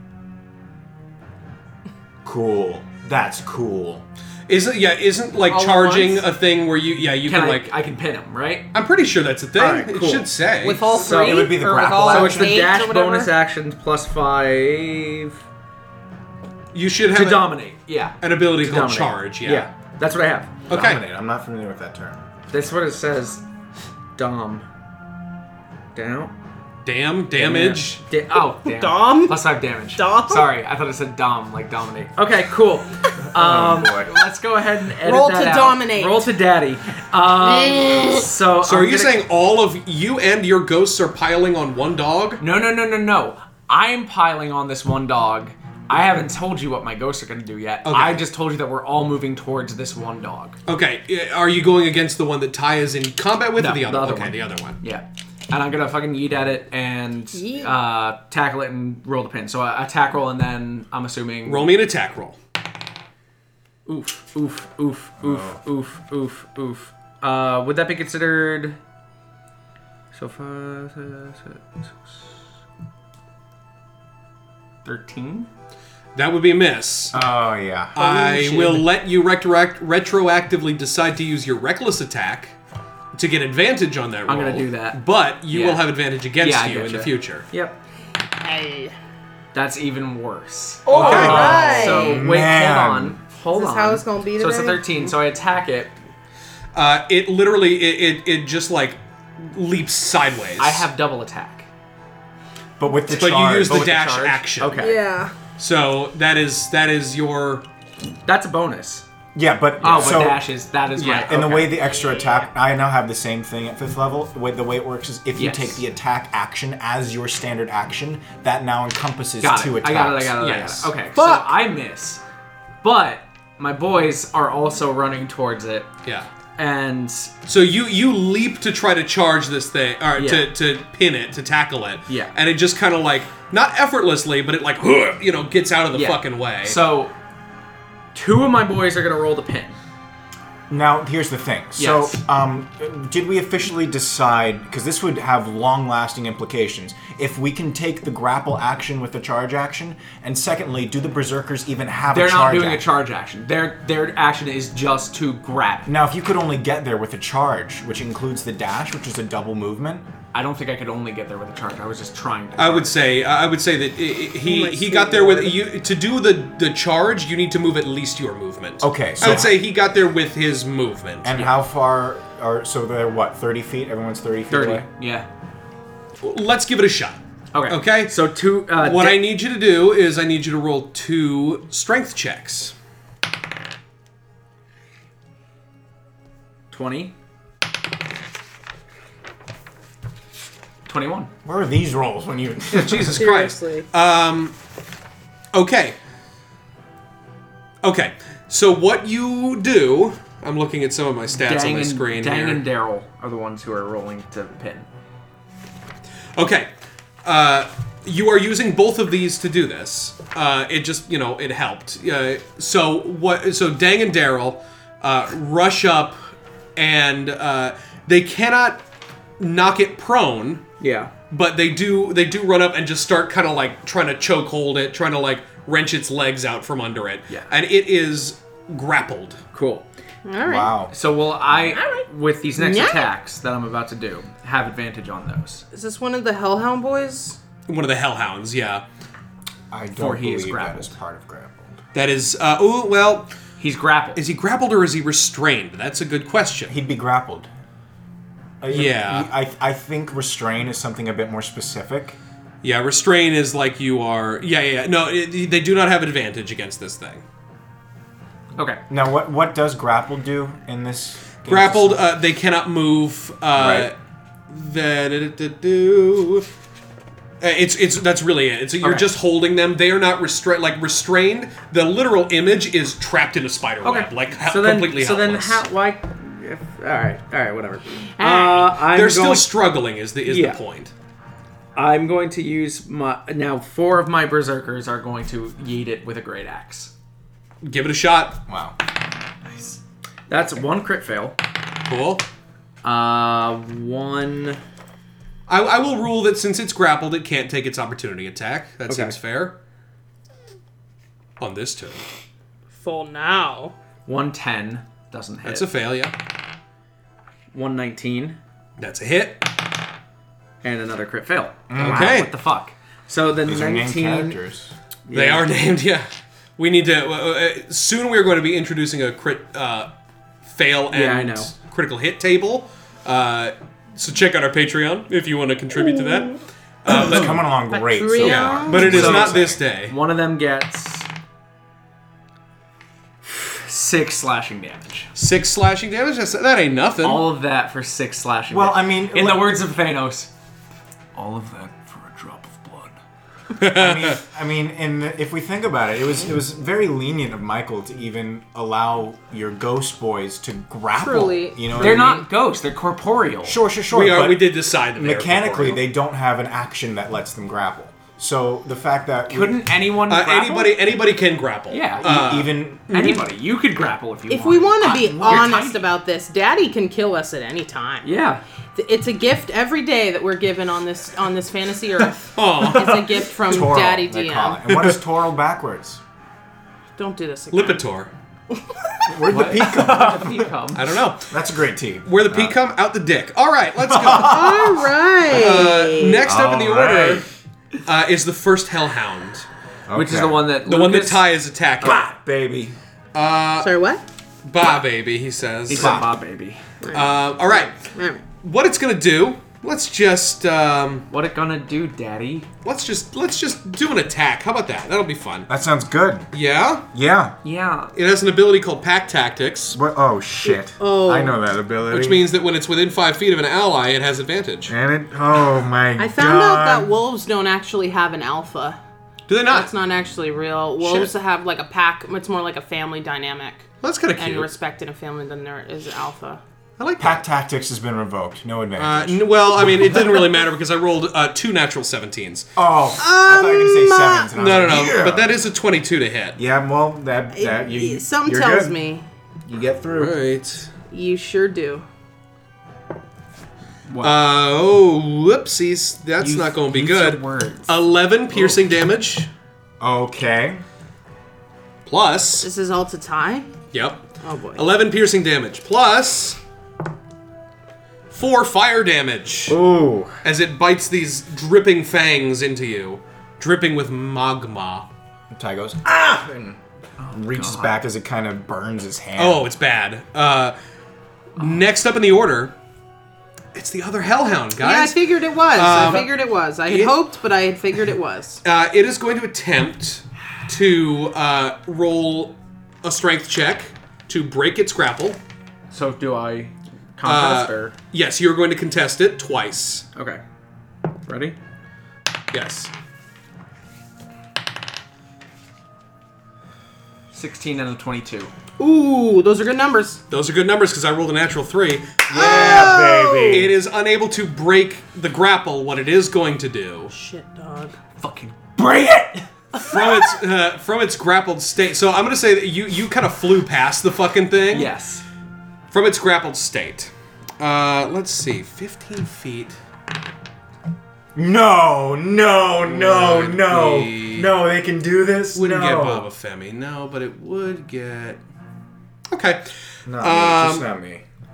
S6: Cool. That's cool.
S2: Isn't yeah? Isn't like
S5: All at
S2: charging
S5: once?
S2: a thing where you yeah you can,
S5: Can I,
S2: like
S5: I can pin him, right?
S2: I'm pretty sure that's a thing.
S6: Alright,
S2: It
S6: cool.
S2: should say
S9: With all
S5: So
S9: three?
S5: it
S6: would be the
S9: Or with
S6: grapple
S9: all
S6: action.
S9: eight
S6: So
S9: or
S6: it's
S9: whatever?
S5: actions plus five
S2: you should
S5: to
S2: have a-
S5: dominate. Yeah,
S2: an ability called
S5: dominate.
S2: charge. Yeah.
S5: that's what I have.
S2: Okay.
S6: Dominate. I'm not familiar with that term.
S5: That's what it says. Dom. Down.
S2: Damn damage.
S5: Da- oh, damn.
S9: Dom?
S5: Plus five damage.
S9: Dom?
S5: Sorry, I thought it said dom, like dominate. Okay, cool. Um,
S6: Oh, boy.
S5: let's go ahead and edit
S9: Roll
S5: that
S9: to
S5: out.
S9: dominate.
S5: Roll to daddy. Um, so,
S2: So are
S5: I'm
S2: you
S5: gonna-
S2: saying all of you and your ghosts are piling on one dog?
S5: No, no, no, no, no. I'm piling on this one dog. I haven't told you what my ghosts are going to do yet.
S2: Okay.
S5: I just told you that we're all moving towards this one dog.
S2: Okay. i- Are you going against the one that Ty is in combat with,
S5: No,
S2: or the other?
S5: the other
S2: okay,
S5: one.
S2: the other one.
S5: Yeah. And I'm gonna fucking yeet at it and
S9: Yeet.
S5: uh, tackle it and roll the pin. So I attack roll and then I'm assuming
S2: Roll me an attack roll.
S5: Oof, oof, oof, oof,
S2: Oh.
S5: oof, oof, oof. Uh, would that be considered? So far, thirteen.
S2: That would be a miss.
S6: Oh yeah.
S2: uh, I
S5: Uh, shit.
S2: will let you retroact- retroactively decide to use your reckless attack to get advantage on that roll.
S5: I'm gonna do that.
S2: But you
S5: Yeah.
S2: will have advantage against
S5: Yeah, I
S2: you in the
S5: getcha.
S2: future.
S5: Yep,
S9: Hey.
S5: that's even worse.
S2: okay.
S9: Alright.
S5: so wait,
S6: man.
S5: hold on, hold
S3: Oh, Is
S5: on.
S3: this how it's gonna be
S5: so it's a
S3: today?
S5: thirteen. So I attack it.
S2: Uh, it literally, it, it, it just like leaps sideways.
S5: I have double attack.
S6: But with the
S2: But
S6: charge.
S2: you use
S5: Oh,
S2: the
S5: with the
S2: dash
S5: charge?
S2: action.
S5: Okay,
S3: Yeah.
S2: So that is that is your
S5: that's a bonus.
S6: yeah, but
S5: Oh, but
S6: so
S5: dash is that is
S2: Yeah,
S5: my.
S6: And the
S5: okay.
S6: way the extra attack, I now have the same thing at fifth level. The way, the way it works is if you
S5: Yes.
S6: take the attack action as your standard action, that now encompasses
S5: Got
S6: two
S5: it.
S6: attacks.
S5: I got it. I got it.
S2: Yes.
S5: I got it. Okay. So I miss, but my boys are also running towards it,
S2: yeah.
S5: and
S2: So you you leap to try to charge this thing or
S5: Yeah.
S2: to to pin it to tackle it.
S5: Yeah.
S2: And it just kind of like not effortlessly, but it like you know gets out of the
S5: yeah.
S2: fucking way.
S5: So two of my boys are gonna roll the pin.
S6: Now, here's the thing.
S5: Yes.
S6: So, um, did we officially decide? Because this would have long-lasting implications. If we can take the grapple action with the charge action, and secondly, do the berserkers even have
S5: They're
S6: a
S5: not
S6: charge?
S5: doing a
S6: action?
S5: charge action. Their their action is just to grab.
S6: Now, if you could only get there with a charge, which includes the dash, which is a double movement,
S5: I don't think I could only get there with a charge. I was just trying to.
S2: I would say I would say that i- i- he he got there with you to do the the charge. You need to move at least your movement.
S6: Okay,
S2: I
S6: so-
S2: would say he got there with his movement.
S6: and how far are so they're what thirty feet? Everyone's thirty feet
S5: thirty.
S6: away.
S5: Yeah.
S2: Let's give it a shot.
S5: Okay.
S2: Okay.
S5: So two. Uh,
S2: What
S5: da-
S2: I need you to do is I need you to roll two strength checks.
S5: twenty. Twenty-one.
S6: Where are these rolls when you?
S2: Jesus Christ.
S3: Seriously.
S2: Okay. Okay. So what you do? I'm looking at some of my stats on
S5: Dang
S2: the
S5: and,
S2: screen
S5: Dang
S2: here.
S5: and Daryl are the ones who are rolling to pin.
S2: Okay. Uh, you are using both of these to do this. Uh, it just, you know, it helped. Uh, so what? So Dang and Daryl uh, rush up, and uh, they cannot knock it prone,
S5: Yeah.
S2: but they do. They do run up and just start kind of like trying to choke hold it, trying to like wrench its legs out from under it.
S5: Yeah.
S2: And it is grappled.
S5: Cool.
S6: wow.
S5: So will I, with these next
S3: Yeah.
S5: attacks that I'm about to do, have advantage on those?
S3: Is this one of the Hellhound boys?
S2: One of the hellhounds. Yeah.
S6: I don't
S5: For he is
S6: believe that is
S5: grappled.
S6: part of grappled.
S2: That is. Uh, oh well.
S5: He's grappled.
S2: Is he grappled or is he restrained? That's a good question.
S6: He'd be grappled. Uh,
S2: Yeah.
S6: I, I think restrain is something a bit more specific.
S2: Yeah, restrain is like you are. Yeah, yeah. yeah. No, it, they do not have advantage against this thing.
S5: okay.
S6: Now, what what does grappled do in this? game?
S2: Grappled, uh, they cannot move. Uh,
S6: Right.
S2: da- da- da- da- do. Uh, It's it's that's really it. It's you're
S5: Okay.
S2: just holding them. They are not restrained. Like restrained, the literal image is trapped in a spider web. Like he-
S5: so then,
S2: completely
S5: so
S2: helpless.
S5: then how? Why? If, all right. All right. Whatever. Uh, I'm
S2: They're still
S5: going,
S2: struggling. Is the is
S5: Yeah.
S2: the point?
S5: I'm going to use my now. Four of my berserkers are going to yeet it with a great axe.
S2: Give it a shot.
S6: Wow.
S5: That's one crit fail.
S2: Cool.
S5: Uh, one.
S2: I, I will rule that since it's grappled, it can't take its opportunity attack. That
S5: Okay.
S2: seems fair. On this turn.
S9: For now.
S5: 110 doesn't hit.
S2: That's a fail, yeah.
S5: 119
S2: That's a hit.
S5: and another crit fail. Oh,
S2: Okay.
S5: What the fuck? So the
S6: These are named
S5: 19
S6: characters.
S2: They are named, yeah. We need to. Uh, uh, soon we are going to be introducing a crit uh, fail and
S5: Yeah, I know.
S2: critical hit table. Uh, so check out our Patreon if you want to contribute to that.
S6: It's coming along great. So
S3: Patreon.
S6: far.
S2: Yeah, but it is
S5: So-
S2: not this day.
S5: one of them gets 6 slashing damage.
S2: Six slashing damage. That's, that ain't nothing.
S5: All of that for 6 slashing
S6: Well, I
S5: damage.
S6: mean,
S5: in the
S6: like-
S5: words of Thanos, all of that for a drop of blood.
S6: I mean, I mean, and if we think about it, it was it was very lenient of Michael to even allow your ghost boys to grapple.
S3: Truly.
S6: you know, what I
S5: They're
S6: mean?
S5: not ghosts, they're corporeal.
S6: Sure, sure, sure.
S2: we are.
S6: but
S2: We did decide that they are
S6: mechanically,
S2: corporeal.
S6: they don't have an action that lets them grapple. So the fact that we- e-
S5: Couldn't anyone
S2: Uh,
S5: grapple?
S2: anybody anybody can grapple.
S5: Yeah.
S6: even
S5: Anybody. You could grapple if you
S3: If we want to
S5: I-
S3: be
S5: you're
S3: honest
S5: tiny.
S3: about this, Daddy can kill us at any time.
S5: Yeah.
S3: Th- It's a gift every day that we're given on this on this fantasy earth.
S2: Oh,
S3: It's a gift from
S6: Toral,
S3: Daddy
S6: they call it.
S3: DM.
S6: And what is Toral backwards?
S3: Don't do this again.
S2: Lipitor.
S6: Where'd the peak go?
S2: I don't know.
S6: That's a great team.
S2: Where the
S5: Uh.
S2: pea come out the dick. All right, let's go.
S3: All right.
S2: Uh, next up in the
S6: All
S2: order
S6: right.
S2: uh, is the first Hellhound,
S5: Which is the one that
S2: the one that
S5: Lucas-
S2: Ty is attacking.
S6: Bah, baby. Uh,
S3: Sorry, what?
S2: Bah, baby, he says.
S5: He's a Bob baby.
S2: Uh, all right,
S3: All right.
S2: what it's gonna do? Let's just um,
S5: What it gonna do, Daddy?
S2: let's just let's just do an attack. How about that? That'll be fun.
S6: That sounds good.
S2: Yeah,
S6: Yeah.
S5: Yeah.
S2: it has an ability called Pack Tactics,
S6: But oh shit.
S3: Oh.
S6: I know that ability.
S2: which means that when it's within five feet of an ally, it has advantage.
S6: and it. Oh my god.
S3: I found out that wolves don't actually have an alpha.
S2: Do they not?
S3: That's not actually real. Wolves have like a pack. It's more like a family dynamic.
S2: That's kind of
S3: And
S2: cute.
S3: respect in a family than there is alpha.
S2: I like that.
S6: Pack tactics has been revoked. No
S2: Uh,
S6: advantage.
S2: n- well, I mean, it didn't really matter because I rolled uh, two natural 17s.
S6: oh, I thought you were gonna say sevens. And I
S2: No, no,
S6: was
S2: no.
S6: like, yeah.
S2: But that is a 22 to hit.
S6: Yeah, well, that that you.
S3: Some
S6: you're
S3: tells
S6: good.
S3: me
S6: you get through.
S2: Right.
S3: you sure do.
S2: Uh, oh, whoopsies. That's not going to be good.
S5: Words.
S2: 11 piercing damage
S6: Okay.
S2: plus.
S3: This is all to tie.
S2: Yep.
S3: Oh boy.
S2: 11 piercing damage plus 4 fire damage
S6: Ooh.
S2: as it bites these dripping fangs into you, dripping with magma.
S6: Ty goes ah, and reaches back as it kind of burns his hand.
S2: Oh, it's bad. Uh, next up in the order, it's the other hellhound,
S3: Yeah, I
S2: guys.
S3: figured it was.
S2: Um,
S3: I figured it was. I had
S2: it-
S3: hoped, but I had figured it was.
S2: Uh, it is going to attempt to uh, roll a strength check to break its grapple.
S5: So do I contest
S2: Uh,
S5: or
S2: Yes, you're going to contest it twice.
S5: okay? Ready?
S2: Yes.
S5: Sixteen out of twenty-two.
S3: Ooh, those are good numbers.
S2: Those are good numbers because I rolled a natural three. Oh!
S6: yeah, baby.
S2: It is unable to break the grapple. What it is going to do
S3: Shit, dog.
S5: Fucking bring it!
S2: from its uh, from its grappled state. So I'm going to say that you you kind of flew past the fucking thing.
S5: Yes.
S2: From its grappled state. Uh, let's see, 15 feet.
S6: No, no, no,
S2: Would
S6: no,
S2: be-
S6: no. They can do this.
S2: Wouldn't
S6: no.
S2: get Boba Femi, no, but it would get. Okay.
S6: Not me. Just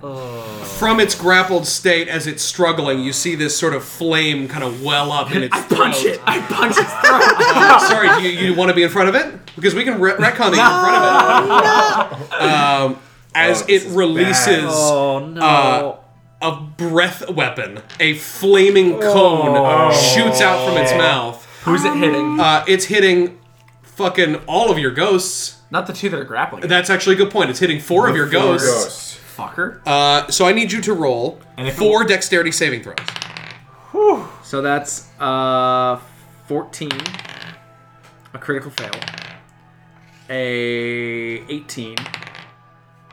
S6: not me.
S2: From its grappled state, as it's struggling, you see this sort of flame kind of well up in its throat.
S5: Punch it! I punch its throat.
S2: Uh, sorry, you, you want to be in front of it? Because we can re- retcon that you're in front of it. Um, as
S6: Oh,
S2: it
S6: this is
S2: releases
S6: bad.
S8: Oh no.
S2: Uh, a breath weapon, a flaming
S5: Oh.
S2: cone shoots out from its mouth.
S5: Who's it hitting?
S2: Uh, it's hitting fucking all of your ghosts.
S5: Not the two that are grappling.
S2: That's actually a good point. It's hitting four of your
S6: Four
S2: ghosts.
S6: ghosts.
S5: fucker.
S2: Uh, so I need you to roll
S6: And if it-
S2: four dexterity saving throws.
S5: so that's uh, fourteen. A critical fail. A eighteen.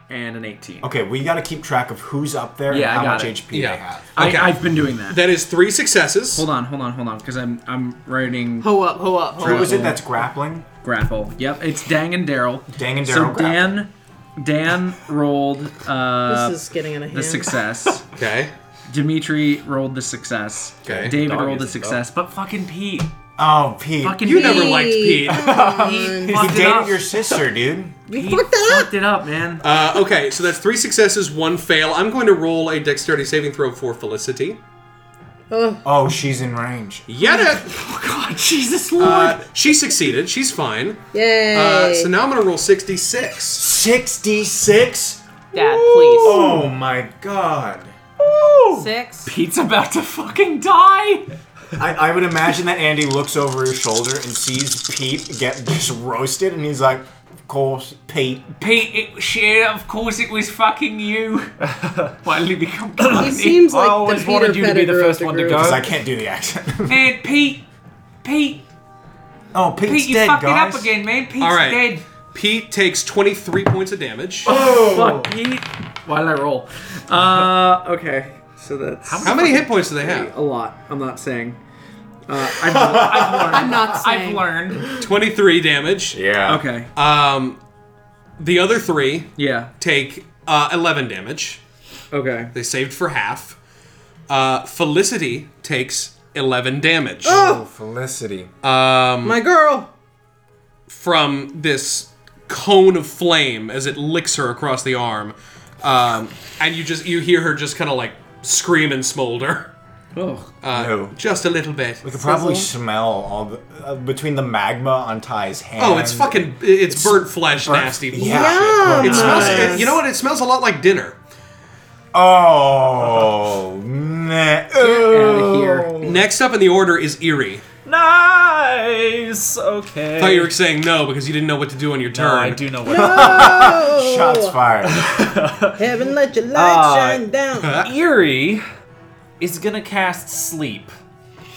S5: And an eighteen.
S6: Okay, we got to keep track of who's up there
S5: Yeah, I
S6: and how
S5: got
S6: much
S5: it.
S6: HP
S2: Yeah.
S6: they have.
S5: I,
S2: Okay.
S5: I've been doing that.
S2: That is three successes.
S5: Hold on, hold on, hold on, because I'm I'm writing
S3: Ho up, ho up, ho
S6: Who
S3: up.
S6: is it that's grappling?
S5: grapple. Yep, it's Dang and Daryl.
S6: Dang and
S5: So
S6: Daryl.
S5: Dan, Dan rolled uh,
S3: this is getting in a hand.
S5: the success.
S2: Okay.
S5: Dimitri rolled the success.
S2: Okay.
S5: David
S4: Dog
S5: rolled the
S4: isn't,
S5: success, but fucking Pete.
S6: Oh, Pete.
S5: Fucking
S2: You never liked Pete.
S5: he
S6: you
S5: fucked it
S6: dated
S5: up.
S6: your sister, dude.
S5: He
S7: You fucked that up.
S5: Fucked it up, man.
S2: Uh, okay, so that's three successes, one fail. I'm going to roll a dexterity saving throw for Felicity.
S6: Oh, she's in range.
S2: Yet it.
S5: oh God, Jesus Lord.
S2: Uh, she succeeded. She's fine.
S7: Yay.
S2: Uh, so now I'm going to roll 66.
S6: 66?
S9: Dad, please.
S6: Oh my god.
S3: Six.
S5: Pete's about to fucking die.
S6: I, I would imagine that Andy looks over his shoulder and sees Pete get just roasted, and he's like, Of course, Pete.
S5: Pete, it, shit, of course it was fucking you. Why did he become cunty?
S7: He seems like
S4: I always
S7: the Peter
S4: wanted you to be the
S7: Pettigrew of
S4: first
S7: the
S4: one to
S7: group.
S4: go.
S6: Because I can't do the accent.
S5: Man, Pete, Pete,
S6: oh, Pete's
S5: Pete, you
S6: dead,
S5: fucked
S6: guys.
S5: it up again, man. Pete's
S2: All right.
S5: dead.
S2: Pete takes 23 points of damage.
S6: Oh.
S5: Fuck Pete. Why did I roll? Uh, okay. So that's
S2: How many hit points do they have?
S5: a lot. I'm not saying. Uh, I've, I've learned.
S3: I'm not
S5: I've
S3: saying.
S5: learned.
S2: 23 damage.
S6: Yeah.
S5: Okay.
S2: Um, the other three
S5: yeah.
S2: take uh, 11 damage.
S5: Okay.
S2: They saved for half. Uh, Felicity takes 11 damage
S6: Oh, Felicity.
S3: My girl.
S2: from this cone of flame as it licks her across the arm. Um, and you just you hear her just kind of like scream and smolder
S5: Oh.
S2: Uh,
S6: no.
S2: just a little bit.
S6: We could probably smell all the uh, between the magma on Ty's hand.
S2: Oh, it's fucking it's, burnt flesh, nasty.
S6: Yeah.
S2: It smells.
S6: Nice.
S2: It, you know what? It smells a lot like dinner.
S6: Oh man. Oh.
S5: outta here.
S2: Next up in the order is Eerie.
S4: Nice. Okay.
S2: I thought you were saying no because you didn't know what to do on your turn.
S4: No, I do know what.
S6: Shots fired.
S7: Heaven, let your light
S5: Uh,
S4: Ah.
S7: shine down.
S4: Eerie is gonna cast sleep.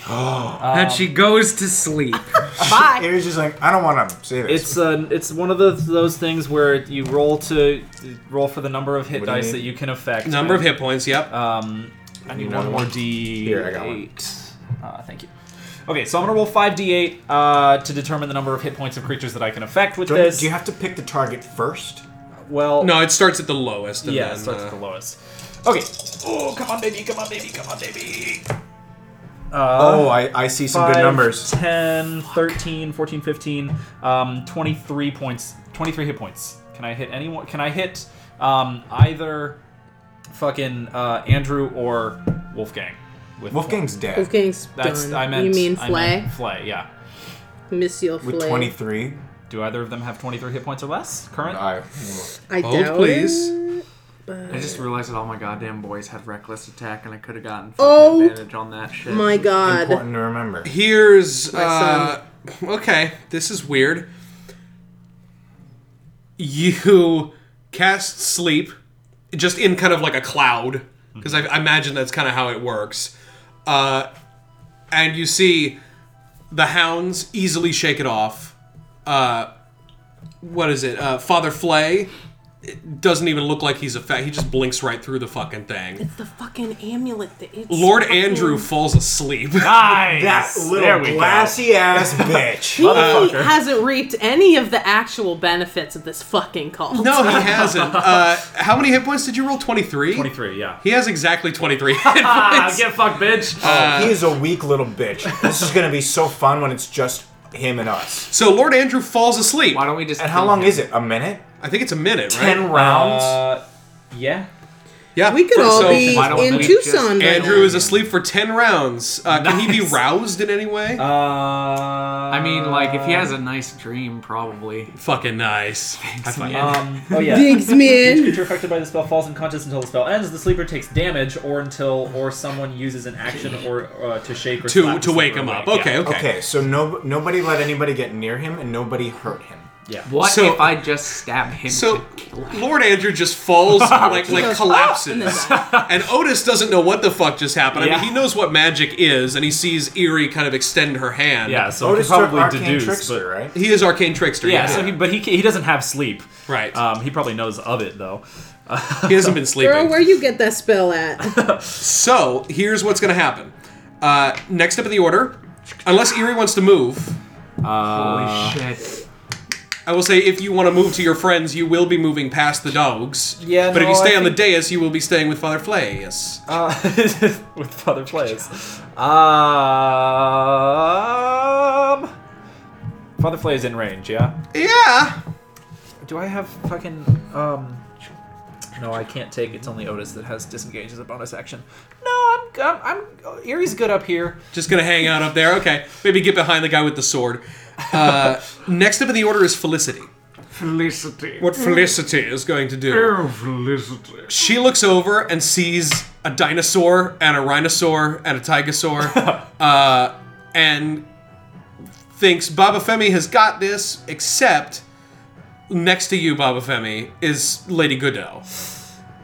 S5: and she
S4: Um,
S5: goes to sleep.
S6: It was just like I don't want to say this.
S4: It's uh, it's one of the, those things where you roll to roll for the number of hit
S6: What do you
S4: dice
S6: need?
S4: that you can affect.
S2: Number of hit points. Yep.
S4: Um, I need one
S6: another
S4: more
S6: one?
S4: d8.
S6: Here, I got one.
S4: Uh, thank you. Okay, so I'm gonna roll five d8 uh, to determine the number of hit points of creatures that I can affect with
S6: do,
S4: this.
S6: do you have to pick the target first?
S4: well,
S2: no, it starts at the lowest. And
S4: yeah,
S2: then,
S4: it starts at the
S2: uh,
S4: lowest. Okay. Oh, come on, baby! Come on, baby! Come on, baby!
S6: oh, I, I see some good
S4: Five,
S6: numbers.
S4: 10, 13, 14, 15, um, 23 points. 23 hit points. Can I hit anyone? Can I hit um, either fucking uh, Andrew or Wolfgang? With
S6: Wolfgang's dead
S7: Wolfgang's
S4: That's
S7: done.
S4: I meant.
S7: you mean
S4: I
S7: Flay?
S4: meant Flay, yeah.
S7: Miss you, Flay.
S6: with 23.
S4: Do either of them have 23 hit points or less? Current?
S6: I
S7: I
S2: Hold,
S7: doubt
S2: uh, please.
S7: it.
S5: I just realized that all my goddamn boys had reckless attack, and I could have gotten fucking
S7: Oh.
S5: advantage on that shit.
S7: My God.
S6: important to remember.
S2: Here's.
S7: son.
S2: Uh, okay, this is weird. You cast sleep, just in kind of like a cloud, because I, I imagine that's kind of how it works. Uh, and you see the hounds easily shake it off. Uh, what is it? Uh, Father Flay it doesn't even look like he's a fat. He just blinks right through the fucking thing.
S3: The fucking amulet. That it's
S2: Lord
S3: fucking-
S2: Andrew falls asleep.
S4: Nice!
S6: That
S4: there
S6: little
S4: we
S6: glassy ass bitch. Oh,
S3: He hasn't reaped any of the actual benefits of this fucking cult.
S2: No, he hasn't. Uh, how many hit points did you roll? 23?
S4: go. 23, yeah.
S2: He has exactly 23 hit points.
S4: Ah, get fucked, bitch!
S6: he is a weak little bitch. This is gonna be so fun when it's just him and us.
S2: So Lord Andrew falls asleep.
S5: Why don't we just?
S6: And how
S5: kill
S6: long
S5: him?
S6: is it? A minute?
S2: I think it's a minute, right?
S6: Ten rounds?
S4: uh, yeah.
S2: yeah.
S7: We could
S2: So
S7: all be
S5: why don't
S7: in
S5: we just-
S7: Tucson. right
S2: Andrew
S7: now.
S2: is asleep for 10 rounds. Uh, Can he be
S4: Nice.
S2: roused in any way?
S4: Uh, I
S5: I mean, like, if he has a nice dream, probably.
S2: Fucking nice. High five.
S4: Um, oh, yeah.
S7: Biggs man.
S4: creature affected by the spell falls unconscious until the spell ends. The sleeper takes damage, or until or someone uses an action or uh, to shake or
S2: to
S4: slap the
S2: to wake
S4: sleeper
S2: him up.
S4: awake.
S2: Okay,
S4: Yeah.
S2: okay.
S6: Okay, so no, nobody let anybody get near him and nobody hurt him.
S5: What
S2: So-
S5: if I just stab him?
S2: So
S5: to-
S2: Lord Andrew just falls, like like collapses,
S3: then
S2: and Otis doesn't know what the fuck just happened. I
S4: Yeah.
S2: mean, he knows what magic is, and he sees Eerie kind of extend her hand.
S4: Yeah, so
S6: Otis
S4: he could
S6: took
S4: probably
S6: Arcane
S4: deduce,
S6: Trickster,
S4: but-
S6: right?
S2: He is arcane trickster.
S4: yeah, So he, but he he doesn't have sleep.
S2: Right.
S4: Um, he probably knows of it though.
S2: He hasn't been sleeping.
S7: Girl, where you get that spell at?
S2: So here's what's gonna happen. Uh, next up in the order, unless Eerie wants to move,
S5: Holy shit.
S2: I will say if you want to move to your friends, you will be moving past the dogs.
S4: Yeah,
S2: But if
S4: no,
S2: you stay
S4: I
S2: on the
S4: think-
S2: dais, you will be staying with Father Flaeus.
S4: Um, Uh, with other players. Uh, Father Flay is in range, yeah?
S2: Yeah.
S4: Do I have fucking um? No, I can't take. It's only Otis that has disengage as a bonus action. No, I'm I'm, I'm oh, Erie's good up here.
S2: Just gonna hang out up there. Okay. Maybe get behind the guy with the sword. Uh, next up in the order is Felicity.
S7: Felicity.
S2: What Felicity is going to do.
S7: Oh, Felicity.
S2: She looks over and sees a dinosaur and a rhinosaur and a tigosaur, uh, and thinks Baba Femi has got this. Except next to you, Baba Femi is Lady Goodell.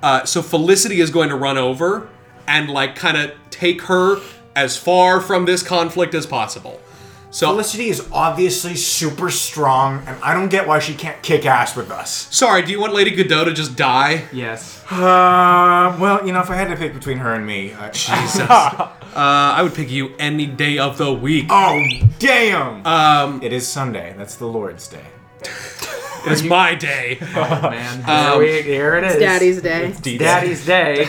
S2: Uh, so Felicity is going to run over and like kind of take her as far from this conflict as possible. So
S6: Felicity is obviously super strong, and I don't get why she can't kick ass with us.
S2: sorry, do you want Lady Godot to just die?
S7: Yes.
S6: Uh, well, you know, if I had to pick between her and me, uh,
S2: Jesus, uh, I would pick you any day of the week.
S6: oh damn! Um, it is Sunday. That's the Lord's Day.
S2: It's my day.
S7: Man.
S4: Um,
S7: Here, we, here it is.
S10: Daddy's Day.
S7: Daddy's Day.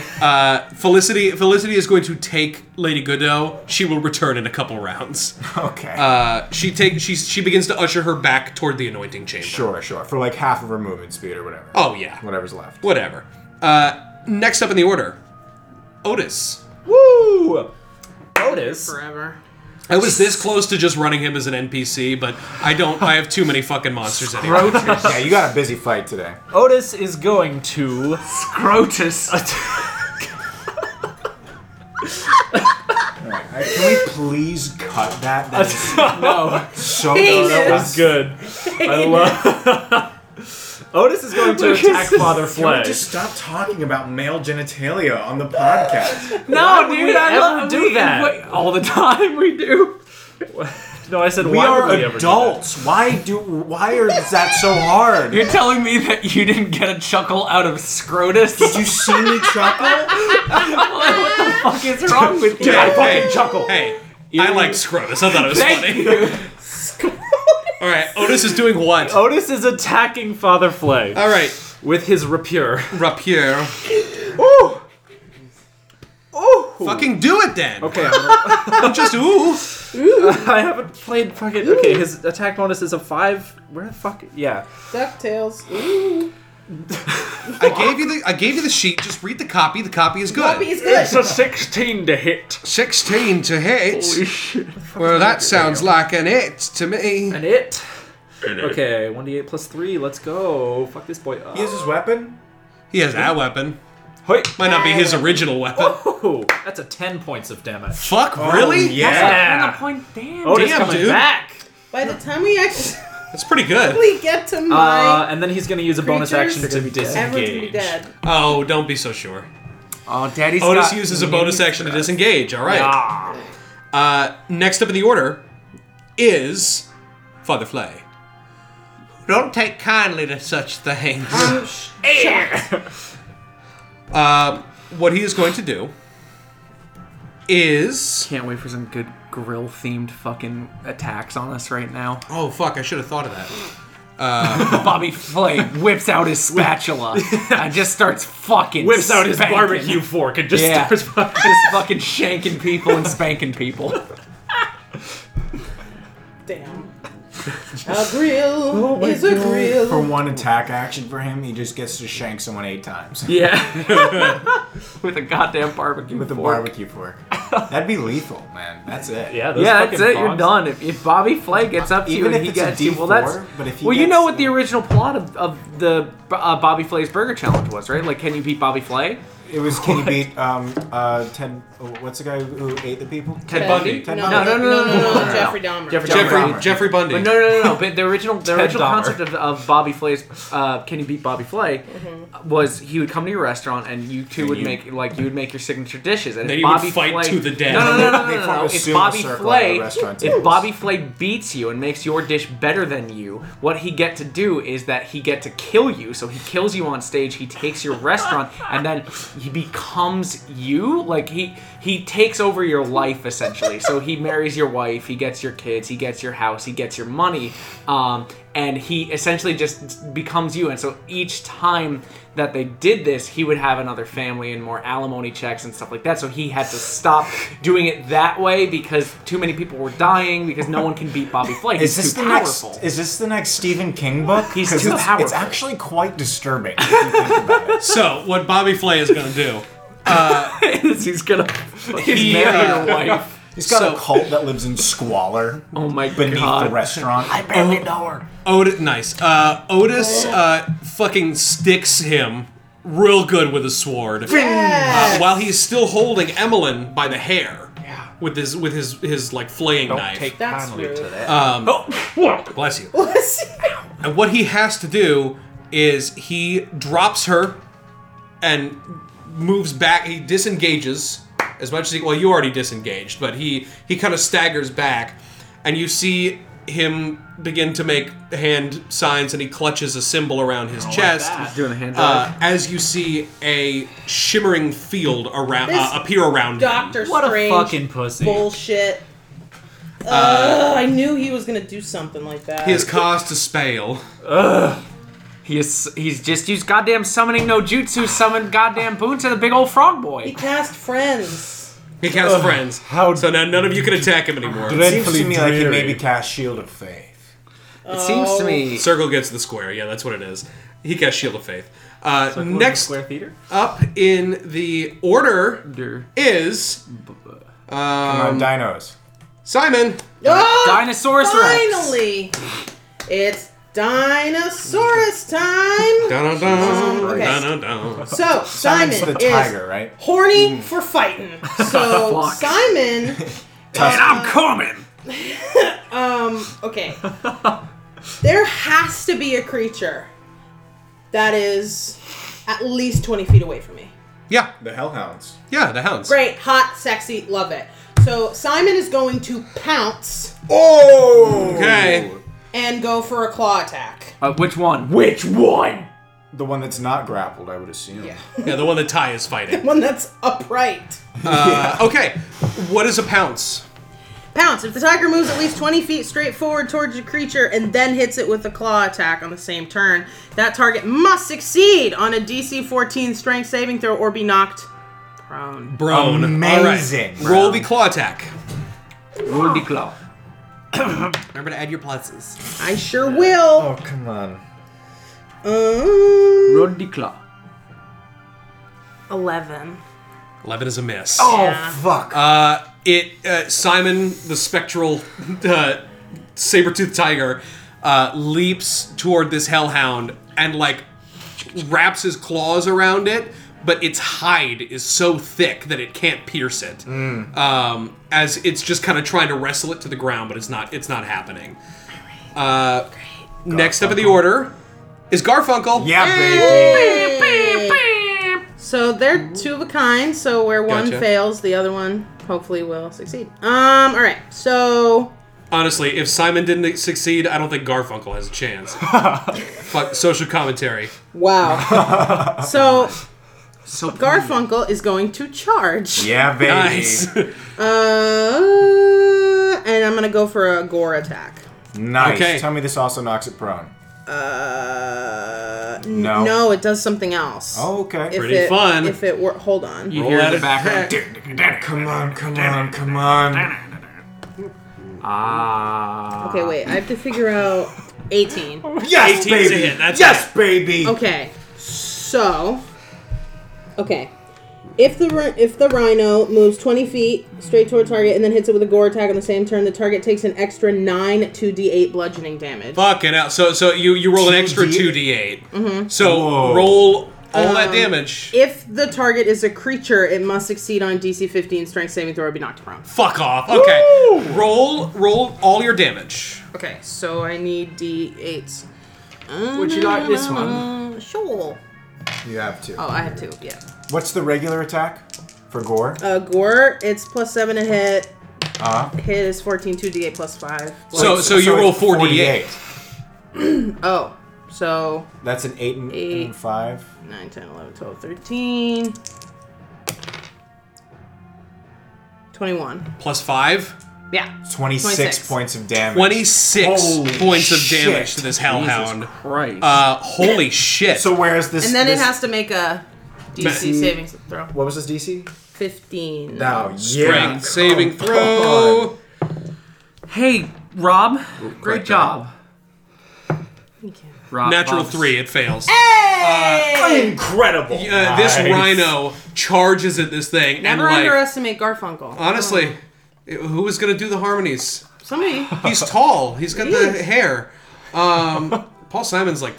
S2: Felicity Felicity is going to take Lady Godot. She will return in a couple rounds.
S6: Okay.
S2: Uh, she takes she she begins to usher her back toward the anointing chamber.
S6: sure, sure. For like half of her movement speed or whatever.
S2: Oh yeah.
S6: Whatever's left.
S2: Whatever. Uh, next up in the order, Otis.
S4: Woo! Otis.
S3: Forever.
S2: I was this close to just running him as an NPC, but I don't. I have too many fucking monsters anyway.
S7: Crotus.
S6: yeah, you got a busy fight today.
S4: Otis is going to.
S7: Crotus.
S6: Alright, Can we please cut that? That is
S4: no,
S6: so
S4: that was good. I love. Otis is going to attack Father
S6: Can we
S4: Flay.
S6: just stop talking about male genitalia on the podcast?
S4: No, dude, we
S7: I
S4: ever
S7: love-
S4: do
S7: we-
S4: that
S7: All the time we do.
S4: No, I said
S6: we
S4: why
S6: are
S4: would we Ever do
S6: adults. Why do? Why are, is that so hard?
S7: You're telling me that you didn't get a chuckle out of Scrotus?
S6: Did you see me chuckle?
S7: What the fuck is wrong with you?
S2: Hey, hey,
S6: chuckle.
S2: hey, I like Scrotus. I thought it was
S7: Thank
S2: funny.
S7: you.
S2: All right, Otis is doing what?
S4: that? Otis is attacking Father Flay
S7: Uh,
S2: All right,
S4: with his rapier.
S2: rapier.
S4: Ooh. Ooh.
S2: Fucking do it then.
S4: Okay, I'm gonna-
S2: Don't just ooh.
S4: I haven't played fucking. Okay, his attack bonus is a five. Where the fuck? Yeah.
S3: DuckTales. Ooh.
S2: I gave you the I gave you the sheet. Just read the copy. The copy is good.
S3: Puppy is good.
S4: a 16 to hit.
S2: 16 to hit. Well, that sounds like an it to me.
S4: And it. Okay, 1d8 plus 3. Let's go. Fuck this boy up.
S6: He has his weapon.
S2: He has that weapon.
S4: Hoi. Oh.
S2: Might not be his original weapon.
S4: Ooh, that's a 10 points of damage.
S2: Fuck, really?
S6: Oh, yeah.
S4: Yeah.
S7: Point damn.
S4: Otis
S2: Damn,
S4: coming
S2: dude.
S4: back.
S3: By the time we actually
S2: That's pretty good.
S3: get to
S4: Uh,
S3: my
S4: and then he's going to use a bonus action
S3: creatures,
S4: to
S3: everyone's gonna be
S4: disengage.
S3: dead.
S2: Oh, don't be so sure.
S7: Oh, Daddy's
S2: Otis
S7: got
S2: uses a
S7: Mm-hmm.
S2: bonus e- action to disengage. All right.
S4: Ah.
S2: Uh, next up in the order is Father Flay. Don't take kindly to such things. Uh, what he is going to do is
S7: Can't wait for some good grill themed fucking attacks on us right now.
S2: oh fuck, I should have thought of that.
S7: Bobby Flay whips out his spatula and just starts fucking
S4: Whips out his
S7: spanking.
S4: barbecue fork and just
S7: Yeah.
S4: starts fucking.
S7: Just fucking shanking people and spanking people.
S3: Damn. A grill is a
S6: For
S3: grill.
S6: one attack action for him, he just gets to shank someone eight times
S7: Yeah. With a goddamn barbecue.
S6: with a
S7: fork.
S6: barbecue fork. That'd be lethal, man. That's it.
S4: Yeah, those
S7: Yeah,
S4: fucking
S7: that's it. You're
S4: bongs.
S7: done. If, if Bobby Flay gets up to you
S6: Even
S7: and
S6: if
S7: he
S6: it's a
S7: gets you, well,
S6: D4,
S7: that's
S6: but if he
S7: well, you
S6: gets-
S7: know what the original plot of, of the uh, Bobby Flay's Burger Challenge was, right? Like, can you beat Bobby Flay?
S6: It was can you beat um uh Ted? oh, What's the guy who ate the people?
S7: Ted
S2: Bundy.
S3: No,
S6: Ted
S3: no, no, no, no, no, Jeffrey Dahmer.
S7: Jeffrey
S2: Jeffrey
S7: Dahmer.
S6: Dahmer.
S2: Jeffrey Bundy.
S7: But no, no, no, no. But the original, the original
S4: Dahmer.
S7: concept of, of Bobby Flay's uh, "Can You Beat Bobby Flay" was he would come to your restaurant and you two would
S2: you-
S7: make like you would make your signature dishes and
S2: Then
S7: if
S2: you would
S7: Bobby
S2: fight
S7: Flay,
S2: to the death.
S7: No, no, no, no,
S6: They
S7: no, no,
S6: form
S7: no.
S6: a
S7: If
S6: sumo
S7: Bobby
S6: circle at
S7: Flay,
S6: the restaurant
S7: if
S6: tables.
S7: Bobby Flay beats you and makes your dish better than you, what he get to do is that he get to kill you. So he kills you on stage. He takes your restaurant and then he becomes you. Like he he takes over your life essentially. So he marries your wife. He gets your kids. He gets your house. He gets your money. Um,
S5: and he essentially just becomes you. And so each time that they did this, he would have another family and more alimony checks and stuff like that. So he had to stop doing it that way because too many people were dying because no one can beat Bobby Flay. He's
S6: Is this
S5: too
S6: the
S5: powerful.
S6: next? Is this the next Stephen King book?
S5: He's
S6: 'Cause
S5: too
S6: it's, It's
S5: powerful.
S6: actually quite disturbing. if you think about it.
S2: So, what Bobby Flay is going to do. Uh,
S5: he's gonna he's
S2: Yeah.
S5: marry your wife.
S6: He's got
S2: So-
S6: a cult that lives in squalor
S5: Oh my
S6: beneath the
S5: god.
S6: restaurant. I barely know her.
S2: Otis, nice. Uh, Otis uh, fucking sticks him real good with a sword uh, while he's still holding Emmeline by the hair with his with his his like flaying knife. Um,
S3: That's rude.
S2: Bless you. And what he has to do is he drops her and moves back. He disengages as much as he. Well, you already disengaged, but he he kind of staggers back, and you see him begin to make hand signs, and he clutches a symbol around his chest.
S5: Doing the hand job.
S2: uh, as you see a shimmering field around
S3: This
S2: uh, appear around him.
S3: Doctor
S4: What a
S3: Strange
S4: fucking Uh, pussy.
S3: bullshit. Ugh, I knew he was gonna do something like that.
S2: He has cast a spell.
S5: He is, he's just used goddamn summoning no jutsu, summoned goddamn boon to the big old frog
S3: he
S5: boy.
S3: cast friends.
S2: He casts friends.
S6: how
S2: so now none of you can attack him anymore.
S6: Seems to me like he
S8: dreary.
S6: maybe cast Shield of Faith.
S5: It seems to me
S2: Circle gets the square. Yeah, that's what it is. He casts Shield of Faith. Uh, next
S4: Square theater.
S2: up in the order is
S6: Come on, dinos.
S2: Simon.
S3: Oh,
S5: Dinosaurus Rex.
S3: Finally, it's dinosaurus time.
S2: Dun, dun, dun,
S3: Okay.
S2: dun, dun, dun.
S3: So Simon
S6: Simon's the
S3: is
S6: tiger, right?
S3: horny
S4: Mm.
S3: for fighting. So Simon,
S6: And I'm
S5: coming.
S3: okay, there has to be a creature that is at least twenty feet away from me.
S2: Yeah,
S6: The hellhounds.
S2: yeah, the hounds.
S3: Great, hot, sexy, love it. So Simon is going to pounce
S6: Oh.
S2: Okay.
S3: and go for a claw attack.
S5: Uh, which one?
S6: Which one? The one that's not grappled, I would assume.
S3: Yeah.
S2: Yeah, the one that Ty is fighting.
S3: One that's upright.
S2: Uh, okay, what is a pounce?
S3: Pounce. If the tiger moves at least 20 feet straight forward towards the creature and then hits it with a claw attack on the same turn, that target must succeed on a DC 14 strength saving throw or be knocked prone.
S2: Brone.
S6: Amazing.
S2: All right. Roll the claw attack.
S5: Woody Claw.
S1: Remember to add your pluses.
S3: I sure will.
S6: Oh come on.
S3: Um,
S5: Woody Claw.
S3: Uh, 11.
S2: Eleven is a miss.
S3: Yeah.
S6: Oh fuck.
S2: Uh, it uh, Simon the spectral uh, saber-toothed tiger uh, leaps toward this hellhound and like wraps his claws around it, but its hide is so thick that it can't pierce it.
S6: Mm.
S2: Um, as it's just kind of trying to wrestle it to the ground, but it's not it's not happening. Uh, next up in the order is Garfunkel.
S6: yeah, baby.
S3: So they're two of a kind, so where one
S2: Gotcha.
S3: fails, the other one hopefully will succeed. Um, all right. So
S2: Honestly, if Simon didn't succeed, I don't think Garfunkel has a chance. Fuck social commentary.
S3: Wow. so, Garfunkel is going to charge.
S6: Yeah, baby.
S2: Nice.
S3: Uh, and I'm going to go for a gore attack.
S6: Nice.
S2: Okay.
S6: Tell me this also knocks it prone.
S3: Uh, n-
S6: No.
S3: No, it does something else.
S6: Oh, okay.
S3: If
S2: Pretty
S3: it-
S2: fun.
S3: If it were, hold on.
S5: You
S2: Roll
S5: hear
S2: at
S5: in the
S2: it.
S5: background.
S6: come on, come on, come on.
S5: Ah.
S3: Okay, wait. I have to figure out 18.
S6: Yes,
S2: 18 's a
S6: baby.
S2: hit, that's
S6: yes, baby.
S3: Okay, so okay, if the ri- if the rhino moves twenty feet straight toward target and then hits it with a gore attack on the same turn, the target takes an extra nine two d eight bludgeoning damage.
S2: Fucking hell. So so you you roll an extra two d eight. So
S6: Whoa.
S2: roll all
S3: Um,
S2: that damage.
S3: If the target is a creature, it must succeed on DC fifteen strength saving throw or be knocked prone.
S2: Fuck off. Okay. Roll roll all your damage.
S3: Okay, so I need d eights.
S5: Would you like this one?
S3: Uh, Sure.
S6: You have to.
S3: Oh, I have two. Yeah.
S6: What's the regular attack for gore?
S3: Uh, gore, it's plus seven to hit.
S5: Uh-huh.
S6: Uh,
S3: Hit is 14, 2d8 plus 5.
S2: So Oh, so, you roll
S6: it's
S2: four d eight.
S3: Oh, so
S6: That's an eight and,
S3: Eight.
S6: and five.
S3: 9, 10, 11, 12, 13. 21.
S2: Plus five.
S3: Yeah.
S6: 26,
S3: 26.
S6: points of damage.
S2: 26
S6: Holy
S2: points of damage
S6: shit.
S2: to this hellhound.
S5: Christ.
S2: Uh, holy shit.
S6: So whereas this,
S3: And then
S6: this,
S3: it has to make a DC savings throw.
S6: What was this DC?
S3: 15.
S6: Oh yeah,
S2: Strength
S6: Come
S2: saving throw.
S5: hey, Rob. Great job. Rob,
S2: Natural
S5: Bob's-
S2: three, it fails.
S3: Uh,
S4: Incredible.
S2: Uh, this
S6: Nice.
S2: rhino charges at this thing,
S3: Never
S2: and like, Uh,
S3: underestimate Garfunkel.
S2: honestly, it- who is gonna do the harmonies?
S3: Somebody.
S2: He's tall. He's got the
S3: Yes.
S2: hair. Um, Paul Simon's like,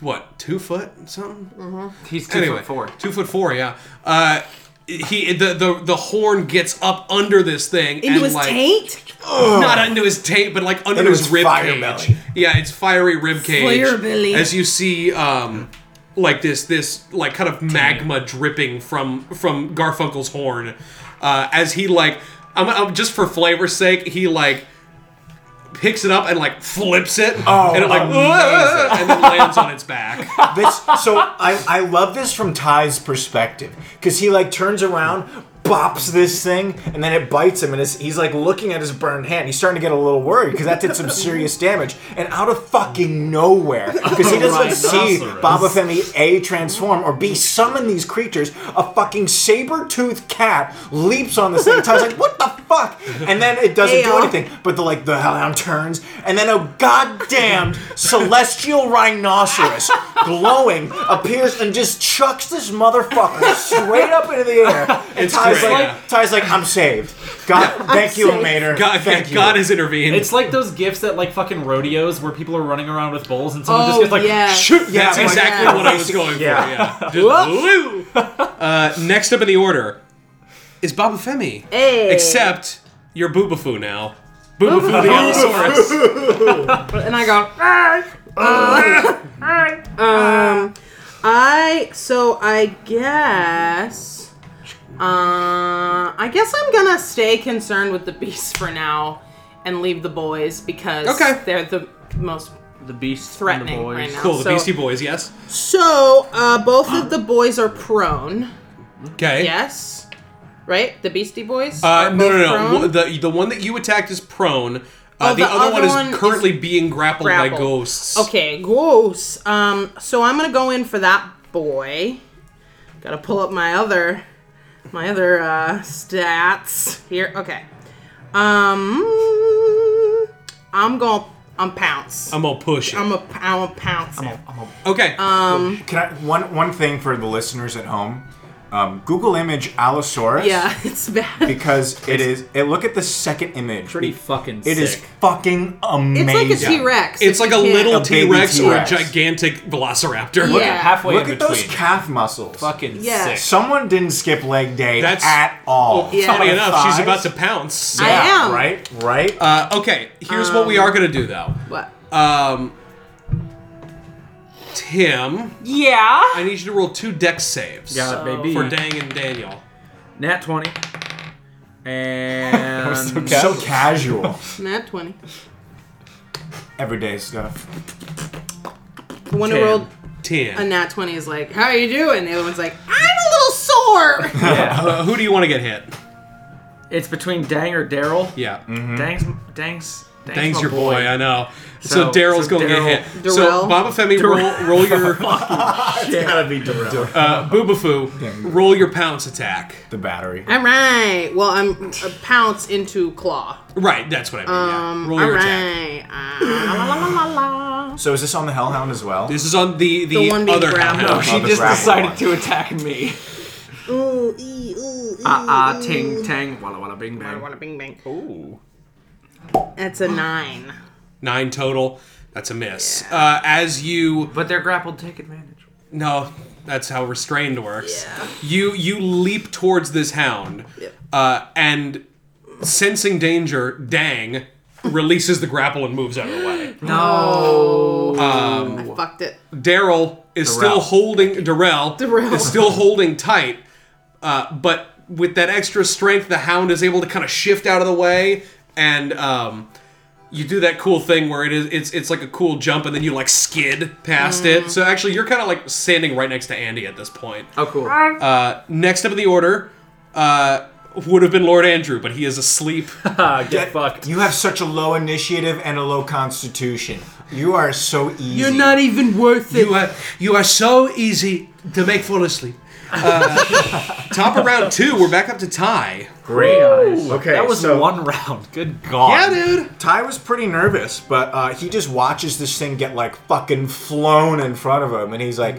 S2: what, two foot something?
S5: Mm-hmm. He's two
S2: anyway,
S5: foot four.
S2: Two foot four, yeah. Uh, he the, the the horn gets up under this thing
S3: Into
S2: and
S3: his
S2: like
S3: taint?
S2: not into his taint, but like under
S6: Into
S2: his,
S6: his
S2: rib
S6: fire
S2: cage.
S6: belly.
S2: Yeah, it's fiery rib cage.
S3: Slayer belly.
S2: As you see, um, like this this like kind of magma dripping from from Garfunkel's horn, uh, as he like I'm, I'm just for flavor's sake he like. Picks it up and like flips it,
S6: Oh,
S2: and it like
S6: amazing.
S2: and then lands on its back.
S6: this so I, I love this from Ty's perspective because he like turns around bops this thing and then it bites him and it's, he's like looking at his burned hand he's starting to get a little worried because that did some serious damage and out of fucking nowhere because he doesn't see Baba Femi A transform or B summon these creatures a fucking saber-toothed cat leaps on this thing Ty's like what the fuck and then it doesn't do
S3: Ayo.
S6: anything but the like the hellhound turns, and then a goddamn celestial rhinoceros, glowing, appears and just chucks this motherfucker straight up into the air. And
S2: It's
S6: Ty's
S2: great,
S6: like,
S2: yeah.
S6: Ty's like, I'm saved. God, thank you,
S3: saved.
S6: Mater.
S2: God,
S6: thank you.
S2: God has intervened.
S4: It's like those gifts at like fucking rodeos where people are running around with bowls and someone
S3: Oh,
S4: just gets like
S3: yeah.
S4: shoot.
S6: Yeah,
S2: That's
S6: it's like-
S2: exactly what I was going
S6: Yeah.
S2: for. Yeah. Just, woo! Uh, next up in the order is Baba Femi.
S3: Hey.
S2: Except you're Boobafoo now. Boobafoo the Allosaurus.
S3: and I go. "Ah." um, I so I guess. Uh, I guess I'm gonna stay concerned with the beast for now, and leave the boys because
S2: Okay.
S3: they're the most
S5: The beast. and the
S3: threatening
S5: boys.
S3: right now.
S2: Cool, the
S3: so,
S2: Beastie Boys, yes.
S3: So uh, both of the boys are prone.
S2: Okay.
S3: Yes, right? The Beastie Boys.
S2: Uh,
S3: are
S2: no, no,
S3: both
S2: no.
S3: prone?
S2: One- The, the one that you attacked is prone. Uh,
S3: Oh,
S2: the,
S3: the
S2: other, one
S3: other
S2: is
S3: one is
S2: currently being grappled, by
S3: grappled.
S2: ghosts.
S3: Okay, gross. Um, so I'm gonna go in for that boy. Gotta pull up my other, my other uh, stats here. Okay. Um, I'm gonna, I'm pounce.
S2: I'm gonna push it.
S3: I'm uh, a, I'm a pounce. it.
S2: okay.
S6: Can I one one thing for the listeners at home? Um, Google image Allosaurus.
S3: yeah, it's bad.
S6: Because it is. It, look at the second image.
S4: Pretty fucking
S6: It is fucking amazing.
S3: It's like a T-Rex.
S2: It's
S3: if
S2: like
S3: you
S2: a
S3: can't-
S2: little
S6: A baby
S2: T Rex or a
S6: T-Rex.
S2: gigantic velociraptor.
S3: Yeah.
S4: halfway
S6: Look
S4: in
S6: at
S4: between.
S6: those calf muscles.
S4: fucking
S3: Yeah.
S4: sick.
S6: Someone didn't skip leg day
S2: That's-
S6: at all.
S3: Yeah.
S2: Funny
S3: Our
S2: enough, she's
S6: thighs.
S2: about to pounce.
S3: I Um, am.
S6: Right? Right?
S2: Uh, okay, here's what we are gonna do though.
S3: What?
S2: Um, Tim,
S3: Yeah.
S2: I need you to roll two dex saves
S5: Got it, baby.
S2: for Dang and Daniel.
S5: Nat 20. And.
S6: so casual.
S3: Nat twenty.
S6: Everyday stuff.
S3: The one who
S5: Ten.
S3: rolled
S2: Tim,
S3: a nat twenty is like, "How are you doing?" The other one's like, "I'm a little sore."
S2: uh, who do you want to get hit?
S5: It's between Dang or Daryl.
S2: Yeah,
S5: Dang's, Dang's,
S2: Dang's
S5: Dang's, Mm-hmm. my
S2: your boy. I know. So,
S5: So-
S2: Daryl's
S5: so
S2: gonna
S5: Daryl-
S2: get hit. So
S3: Darrell.
S2: Baba Femi, roll, roll your
S4: gotta be Darrell.
S2: uh, boobafoo, roll your pounce attack.
S6: The battery.
S3: All right. Well, I'm a pounce into claw.
S2: Right, that's what I mean. yeah.
S3: Um,
S2: Roll
S3: all
S2: your attack.
S3: right. Ah, la, la, la, la, la.
S6: So is this on the Hellhound as well? Oh,
S2: This is on the the,
S3: The one being
S2: other
S3: grappled.
S2: hand.
S6: she just decided to
S5: attack me.
S3: Ooh, ee, ooh, ee,
S5: Ah ah, ting tang, walla walla bing
S3: I
S5: bang.
S3: want a bing bang. Ooh. That's a nine.
S2: Nine total. That's a miss. Uh, as you
S5: But they're grappled, take advantage.
S2: No, that's how restrained works. You you leap towards this hound, uh, and sensing danger, Dang releases the grapple and moves out of the way.
S5: No.
S3: Oh. I fucked it.
S2: Daryl is still
S6: Darrell.
S2: holding Darrell, is still holding tight, uh, but with that extra strength, the hound is able to kind of shift out of the way, and um, you do that cool thing where it is it's it's like a cool jump, and then you like skid past it. So actually, you're kind of like
S7: Oh.
S2: standing right next to Andy at this point.
S5: Oh, cool.
S2: Next up in the order, uh, would have been Lord Andrew, but he is asleep.
S4: Ah, get fucked.
S6: You have such a low initiative and a low constitution. You are so easy.
S1: You're not even worth it. You are, you are so easy to make fall asleep.
S2: Top of round two, we're back up to tie.
S4: Great.
S6: Okay,
S4: That was
S6: so-
S4: one round. Good god.
S2: Yeah, dude.
S6: Ty was pretty nervous, but uh, he just watches this thing get like fucking flown in front of him, and he's like,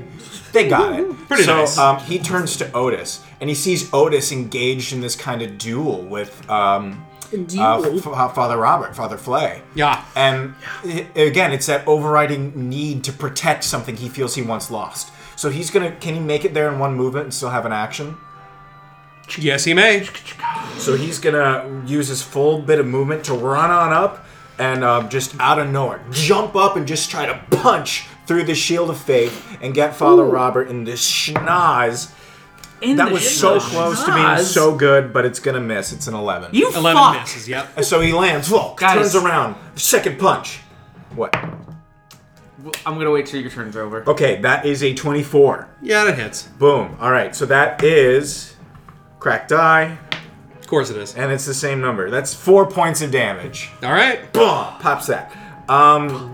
S6: "They got it."
S2: Pretty
S6: so
S2: nice.
S6: um, he turns to Otis, and he sees Otis engaged in this kind of duel with um, uh, F- uh, Father Robert, Father Flay.
S2: Yeah.
S6: And i- again, it's that overriding need to protect something he feels he once lost. So he's gonna. Can he make it there in one movement and still have an action?
S2: Yes, he may.
S6: So he's gonna use his full bit of movement to run on up and um, just out of nowhere jump up and just try to punch through the shield of faith and get Father Robert in this schnoz. that was so close to being so good, but it's gonna miss. It's an eleven.
S3: You
S2: 11
S3: fuck.
S2: misses, yep.
S6: And so he lands. Look,
S5: Guys.
S6: turns around. Second punch. What?
S5: I'm gonna wait till your turn's over.
S6: Okay, that is a twenty-four.
S2: Yeah, that hits.
S6: Boom. All right, so that is cracked die,
S2: Of course it is.
S6: and it's the same number. That's four points of damage.
S2: All right.
S6: Boom! Pop sack. Um,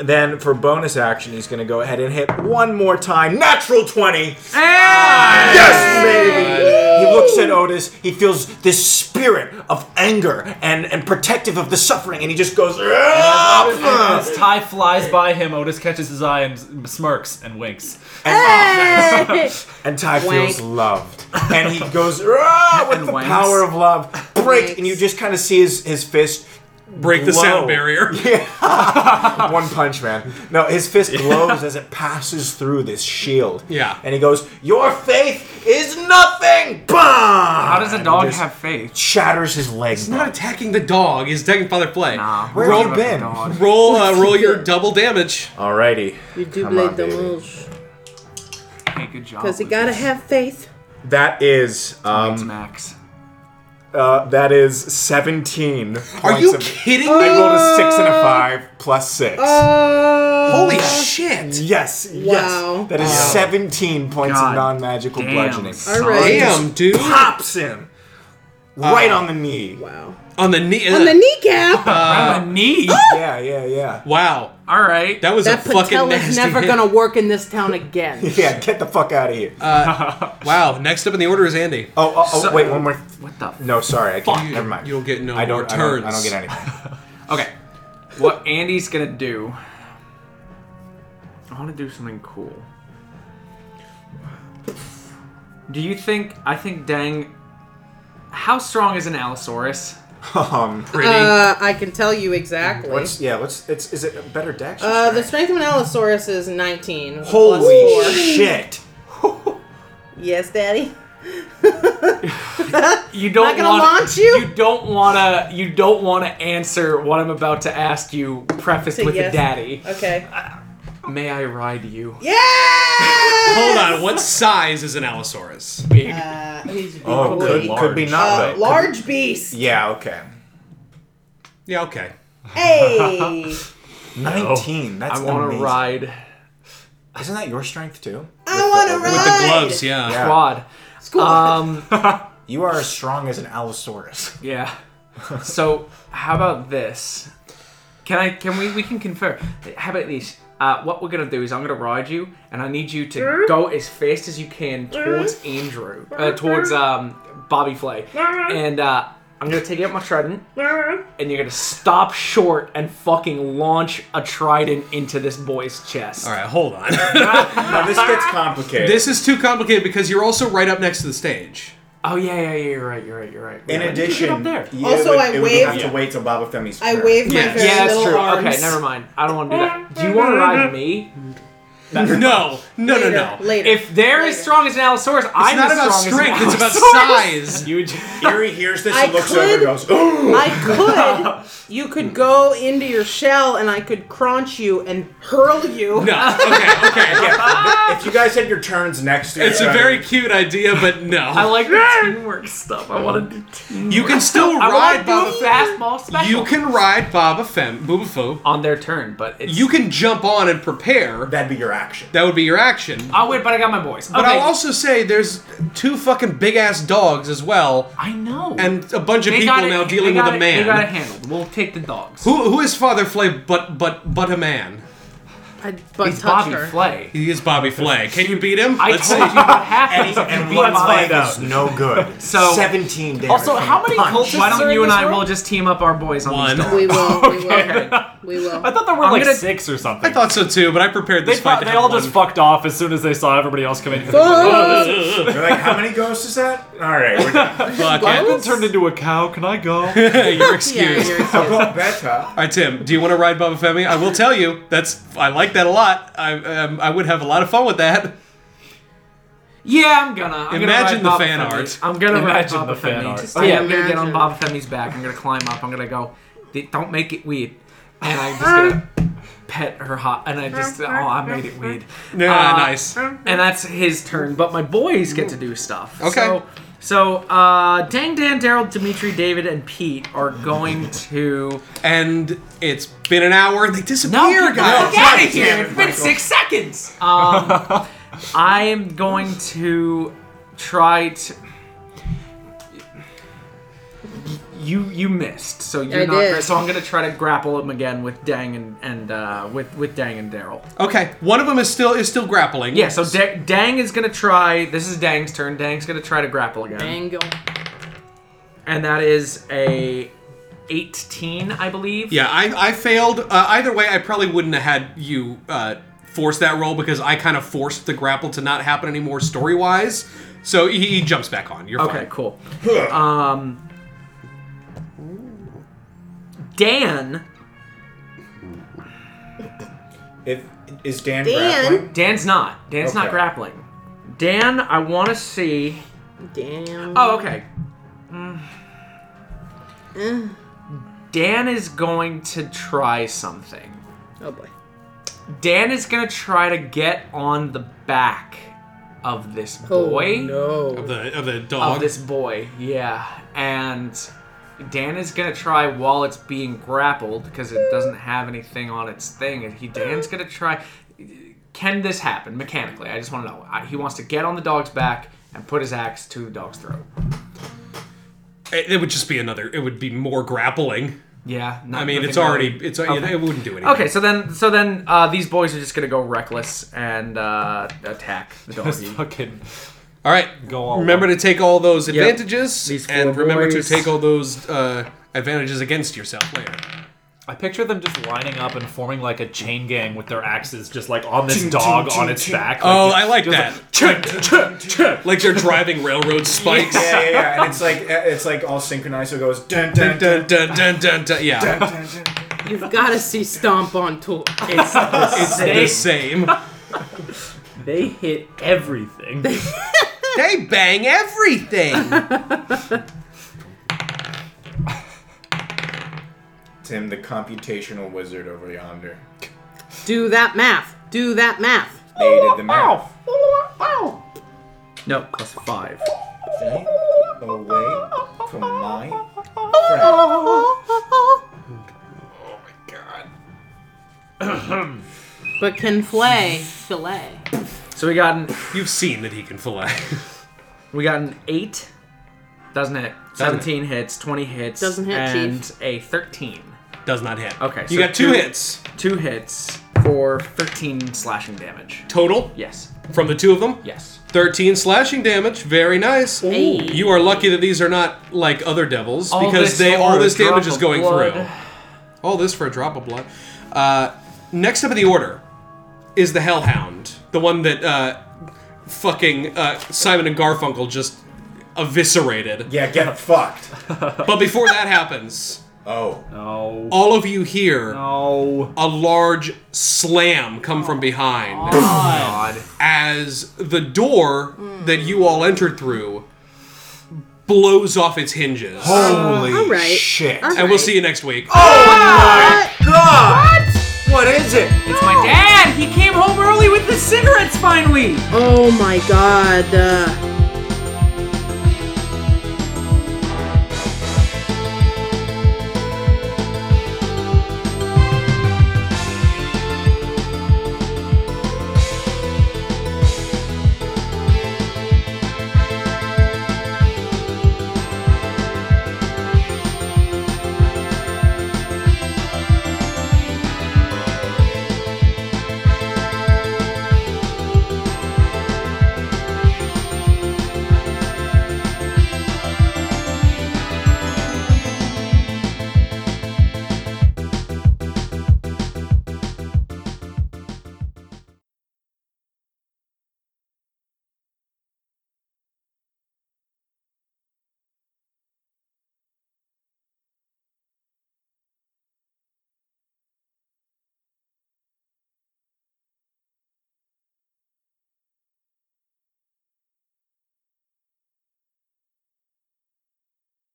S6: Then for bonus action, he's going to go ahead and hit one more time. Natural 20! Yes, baby! He looks at Otis. He feels this spirit of anger and, and protective of the suffering, and he just goes. "Ah!"
S4: As Ty flies by him, Otis catches his eye and smirks and winks.
S6: And Ty
S3: Wank.
S6: feels loved. And he goes, "Ah!" with
S5: And
S6: the
S5: wanks.
S6: power of love. Break!
S3: Wanks.
S6: And you just kind of see his, his fist
S2: Break the
S6: Whoa.
S2: sound barrier.
S6: One Punch Man. No, his fist glows as it passes through this shield.
S2: Yeah.
S6: And he goes, Your faith is nothing! Bah! How
S5: How does a dog have faith?
S6: Shatters his legs.
S2: Not attacking the dog. He's attacking Father Play.
S5: Nah,
S6: Where
S5: we're
S6: have
S5: not
S6: you
S5: a
S6: been?
S5: dog.
S2: Roll, uh, roll your double damage.
S6: Alrighty.
S7: You do
S6: Come on,
S7: blade the
S6: baby.
S7: rules.
S5: Hey, good job.
S7: Because you
S3: Oh.
S5: Lucas.
S7: gotta have faith.
S6: That is
S5: It's
S6: um
S5: Max.
S6: uh, that is seventeen.
S2: Are
S6: points
S2: you
S6: of-
S2: kidding
S6: I
S2: me?
S6: rolled a six and a five plus six.
S2: Uh,
S3: Oh.
S6: Oh.
S2: Holy shit!
S6: yes,
S7: Wow.
S6: yes. That is seventeen points
S5: God
S6: of non-magical
S5: damn, Uh.
S6: bludgeoning.
S5: son.
S7: All right.
S2: Damn, dude.
S6: Pops him right
S5: Uh.
S6: on the knee.
S7: Wow.
S2: On the knee.
S7: On the kneecap.
S5: Grab a knee.
S6: Yeah, yeah, yeah.
S2: Wow.
S5: All right.
S2: That was
S3: that
S2: a fucking nasty
S3: patella's never
S2: hit.
S3: gonna work in this town again.
S6: Yeah, get the fuck out of here.
S2: Wow. Next up in the order is Andy.
S6: Oh, oh, oh
S5: So-
S6: wait, one more.
S5: What the? F-
S6: No, sorry, I can't.
S2: You-
S6: Never mind.
S2: you'll get no
S6: I don't,
S2: more
S6: I don't, I
S2: turns.
S6: don't get anything.
S5: okay. What Andy's gonna do? I want to do something cool. Do you think? I think. Dang. How strong is an Allosaurus?
S6: Um,
S2: Pretty.
S3: Uh, I can tell you exactly.
S6: what's yeah? What's it's? Is it a better dex?
S3: uh, the strength of an Allosaurus is 19. with a plus
S6: holy
S3: four.
S6: shit!
S3: Yes, Daddy.
S5: You don't
S3: Not gonna
S5: wanna,
S3: launch you?
S5: You don't wanna. You don't wanna answer what I'm about to ask you. Prefaced
S3: To
S5: with
S3: yes.
S5: a daddy.
S3: Okay.
S5: May I ride you?
S3: Yeah.
S2: Hold on. What size is an Allosaurus?
S5: Big.
S3: Uh, he's a big
S6: Oh,
S3: boy.
S6: could, could be not
S3: Uh,
S6: right.
S3: large beast.
S6: yeah, okay.
S2: Yeah. Okay.
S3: Hey.
S6: Nineteen. That's
S5: I want to
S6: amazing.
S5: ride
S6: Isn't that your strength too?
S3: I want to
S2: With
S3: ride.
S2: the gloves. Yeah.
S6: Yeah.
S5: quad.
S3: School.
S5: Um.
S6: You are as strong as an Allosaurus.
S5: Yeah. so how about this? Can I? Can we? We can confer. How about this? Uh, what we're gonna do is I'm gonna ride you, and I need you to go as fast as you can towards Andrew, uh, towards um, Bobby Flay, and uh, I'm gonna take out my trident, and you're gonna stop short and fucking launch a trident into this boy's chest.
S2: All right. Hold on.
S6: Now this gets complicated.
S2: this is too complicated because you're also right up next to the stage.
S5: Oh yeah, yeah, yeah. You're right. You're right. You're right.
S6: in
S5: Yeah, you can get
S6: addition,
S5: up there.
S6: yeah,
S3: Also,
S6: it would,
S3: I
S6: it would
S3: waved-
S6: have to wait till Baba Femi's.
S3: I
S6: turn.
S3: wave my
S2: Yeah.
S3: very
S5: Yeah, that's
S3: little
S5: true.
S3: arms.
S5: Okay, never mind. I don't want to do that. Do you want to ride me?
S2: No. No. No.
S3: Later.
S2: No.
S3: Later.
S5: If they're as
S3: Later.
S5: strong as an Allosaurus,
S2: It's
S5: I'm
S2: not
S5: as
S2: about
S5: strong
S2: strength.
S5: as
S2: It's
S5: an
S2: about
S5: Allosaurus.
S2: size.
S5: You would-
S6: Eerie hears this
S3: I
S6: and looks
S3: could-
S6: over and goes, "Ooh!"
S3: I could. You could go into your shell, and I could crunch you and hurl you.
S2: No. Okay. Okay.
S6: Yeah, if you guys had your turns next to
S2: It's
S6: each
S2: a
S6: other-
S2: very cute idea, but
S5: I
S2: no.
S5: like the teamwork stuff. I want to do teamwork.
S2: You can still
S5: I
S2: ride
S5: want to
S2: Boba.
S5: do a fastball special.
S2: You can ride Boba Fem, Boba Fett.
S5: on their turn, but it's
S2: You can jump on and prepare.
S6: That'd be your action.
S2: That would be your action.
S5: Oh wait, but I got my boys.
S2: But
S5: okay.
S2: I'll also say there's two fucking big ass dogs as well,
S5: I know.
S2: and a bunch of
S5: They
S2: people
S5: got it-
S2: now
S5: they
S2: dealing with
S5: got
S2: a
S5: it- They got it
S2: man.
S5: handled. We'll take the dogs.
S2: Who who is Father Flay but but but a man?
S3: I butt
S5: It's
S3: touched
S5: Bobby
S3: her.
S5: Flay.
S2: He is Bobby Flay. Can you beat him?
S5: I
S2: Let's
S5: told
S2: see.
S5: you what happened.
S6: And
S5: Beat
S6: one
S5: Bobby.
S6: leg is no good.
S7: So-
S6: 17 damage.
S5: Also,
S6: from
S5: how
S6: the
S5: many
S6: punch.
S5: cultists
S7: Why
S5: are
S7: don't
S5: in
S7: you and
S5: this
S7: I
S5: room?
S7: will just team up our boys on
S2: One.
S7: these dogs?
S3: We will.
S5: Okay.
S3: We will. We will.
S5: I thought there were
S7: I'm
S5: like
S7: gonna-
S5: six or something.
S2: I thought so too, but I prepared
S4: They,
S2: this fight.
S4: fu-
S2: to
S4: they
S2: have
S4: all
S2: one.
S4: just fucked off as soon as they saw everybody else come in. 'cause
S6: They're like, how many ghosts is that? All right, we're done.
S2: fuck
S4: I've been
S2: it.
S4: turned into a cow. Can I go?
S2: You're
S3: yeah,
S2: excused.
S3: you're excused.
S6: Well, better.
S2: All right, Tim. Do you want to ride Baba Femi? I will tell you. That's I like that a lot. I um, I would have a lot of fun with that.
S5: Yeah, I'm gonna. I'm
S2: Imagine the
S5: gonna ride Baba
S2: fan
S5: Femi.
S2: art.
S7: I'm gonna
S4: Imagine
S7: ride Boba
S4: the fan
S7: Fett.
S4: art.
S7: Just- yeah, I'm gonna
S3: imagine.
S7: get on Boba Femi's back. I'm gonna climb up. I'm gonna go. "D- Don't make it weed. And I'm just gonna pet her hot. And I just oh, I made it weed.
S2: Yeah,
S7: Uh,
S2: nice.
S7: And that's his turn. But my boys get to do stuff.
S2: Okay.
S7: So, so uh, Dang Dan, Daryl, Dimitri, David, and Pete are going to.
S2: And it's been an hour. and They disappear,
S7: get
S2: guys.
S7: out of
S6: Damn
S7: here!
S6: it,
S7: It's been
S6: Michael.
S7: six seconds. Um, I am going to try to. You you missed, so you're
S3: I
S7: not.
S3: did.
S7: So I'm gonna try to grapple him again with Dang and and uh, with with Dang and Daryl.
S2: Okay, one of them is still is still grappling.
S7: Yeah, so Da- Dang is gonna try. This is Dang's turn. Dang's gonna try to grapple again,
S3: Dangle.
S7: and that is a 18, I believe.
S2: Yeah, I, I failed. Uh, either way, I probably wouldn't have had you uh, force that roll because I kind of forced the grapple to not happen anymore story wise. So he, he jumps back on. You're
S7: Okay,
S2: fine.
S7: cool. um, Dan.
S6: If is Dan,
S3: Dan?
S6: grappling?
S7: Dan's not. Dan's not
S6: Okay.
S7: grappling. Dan, I want to see.
S3: Damn.
S7: Oh, okay. Mm. Dan is going to try something.
S3: Oh boy.
S7: Dan is going to try to get on the back of this boy.
S2: Of
S3: No.
S2: the of the
S7: Of
S2: dog.
S7: this boy, yeah. And Dan is going to try while it's being grappled because it doesn't have anything on its thing. And he Dan's going to try. Can this happen mechanically? I just want to know. I- He wants to get on the dog's back and put his axe to the dog's throat.
S2: it, it would just be another. It would be more grappling.
S7: Yeah, not
S2: I mean,
S7: nothing
S2: it's already
S7: really-
S2: it's it, it wouldn't do anything.
S7: Okay, so then, so then, uh, these boys are just gonna go reckless and uh, attack the
S4: Just
S7: doggy.
S4: fucking
S2: All right.
S4: go all.
S2: Remember to take all those
S7: Yep.
S2: advantages,
S7: These four
S2: and remember
S7: boys.
S2: to take all those uh, advantages against yourself later.
S4: I picture them just lining up and forming like a chain gang with their axes, just like on this
S6: Ching,
S4: dog
S6: ching,
S4: on
S6: ching,
S4: its
S6: ching.
S4: back.
S2: Oh,
S4: like,
S2: I like that.
S4: that.
S2: Like you're driving railroad spikes.
S6: Yeah, yeah, yeah. And it's like uh, it's like all synchronized. So it goes dun dun
S2: Dun,
S6: dun
S2: dun, dun, dun, dun.
S6: dun.
S2: Yeah,
S6: dun, dun.
S3: You've got to see Stomp on tour. It's the
S2: it's the same.
S4: They hit everything.
S2: They bang everything.
S6: Tim, the computational wizard over yonder,
S3: Do that math. Do that math.
S6: aided the math.
S7: no, plus five.
S6: Take away from my friend.
S3: Oh But can flay fillet.
S7: So we got an
S2: You've seen that he can fillet.
S7: we got an eight. Doesn't hit. Seventeen hits, twenty hits,
S3: Doesn't hit,
S7: and
S3: Chief.
S7: a thirteen.
S2: Does not hit.
S7: Okay,
S2: you
S7: so
S2: got two,
S7: two-
S2: hits
S7: Two hits for thirteen slashing damage.
S2: total
S7: Yes,
S2: from the two of them.
S7: yes.
S2: Thirteen slashing damage. Very nice.
S3: Hey.
S2: You are lucky that these are not like other devils
S7: All
S2: because
S7: this
S2: they
S7: for
S2: all
S7: a
S2: this
S7: drop
S2: damage is
S7: of
S2: going
S7: blood.
S2: through. All this for a drop of blood. Uh, next up in the order is the Hellhound, the one that uh, fucking uh, Simon and Garfunkel just eviscerated.
S6: Yeah, get fucked.
S2: But before that happens,
S6: Oh,
S4: no.
S2: all of you hear
S4: No.
S2: a large slam come from behind
S7: God.
S2: as the door that you all entered through blows off its hinges.
S6: holy
S3: all right.
S6: shit!
S2: and we'll see you next week.
S6: God, what is it?
S7: It's my dad. He came home early with the cigarettes finally.
S3: Oh my god. Uh,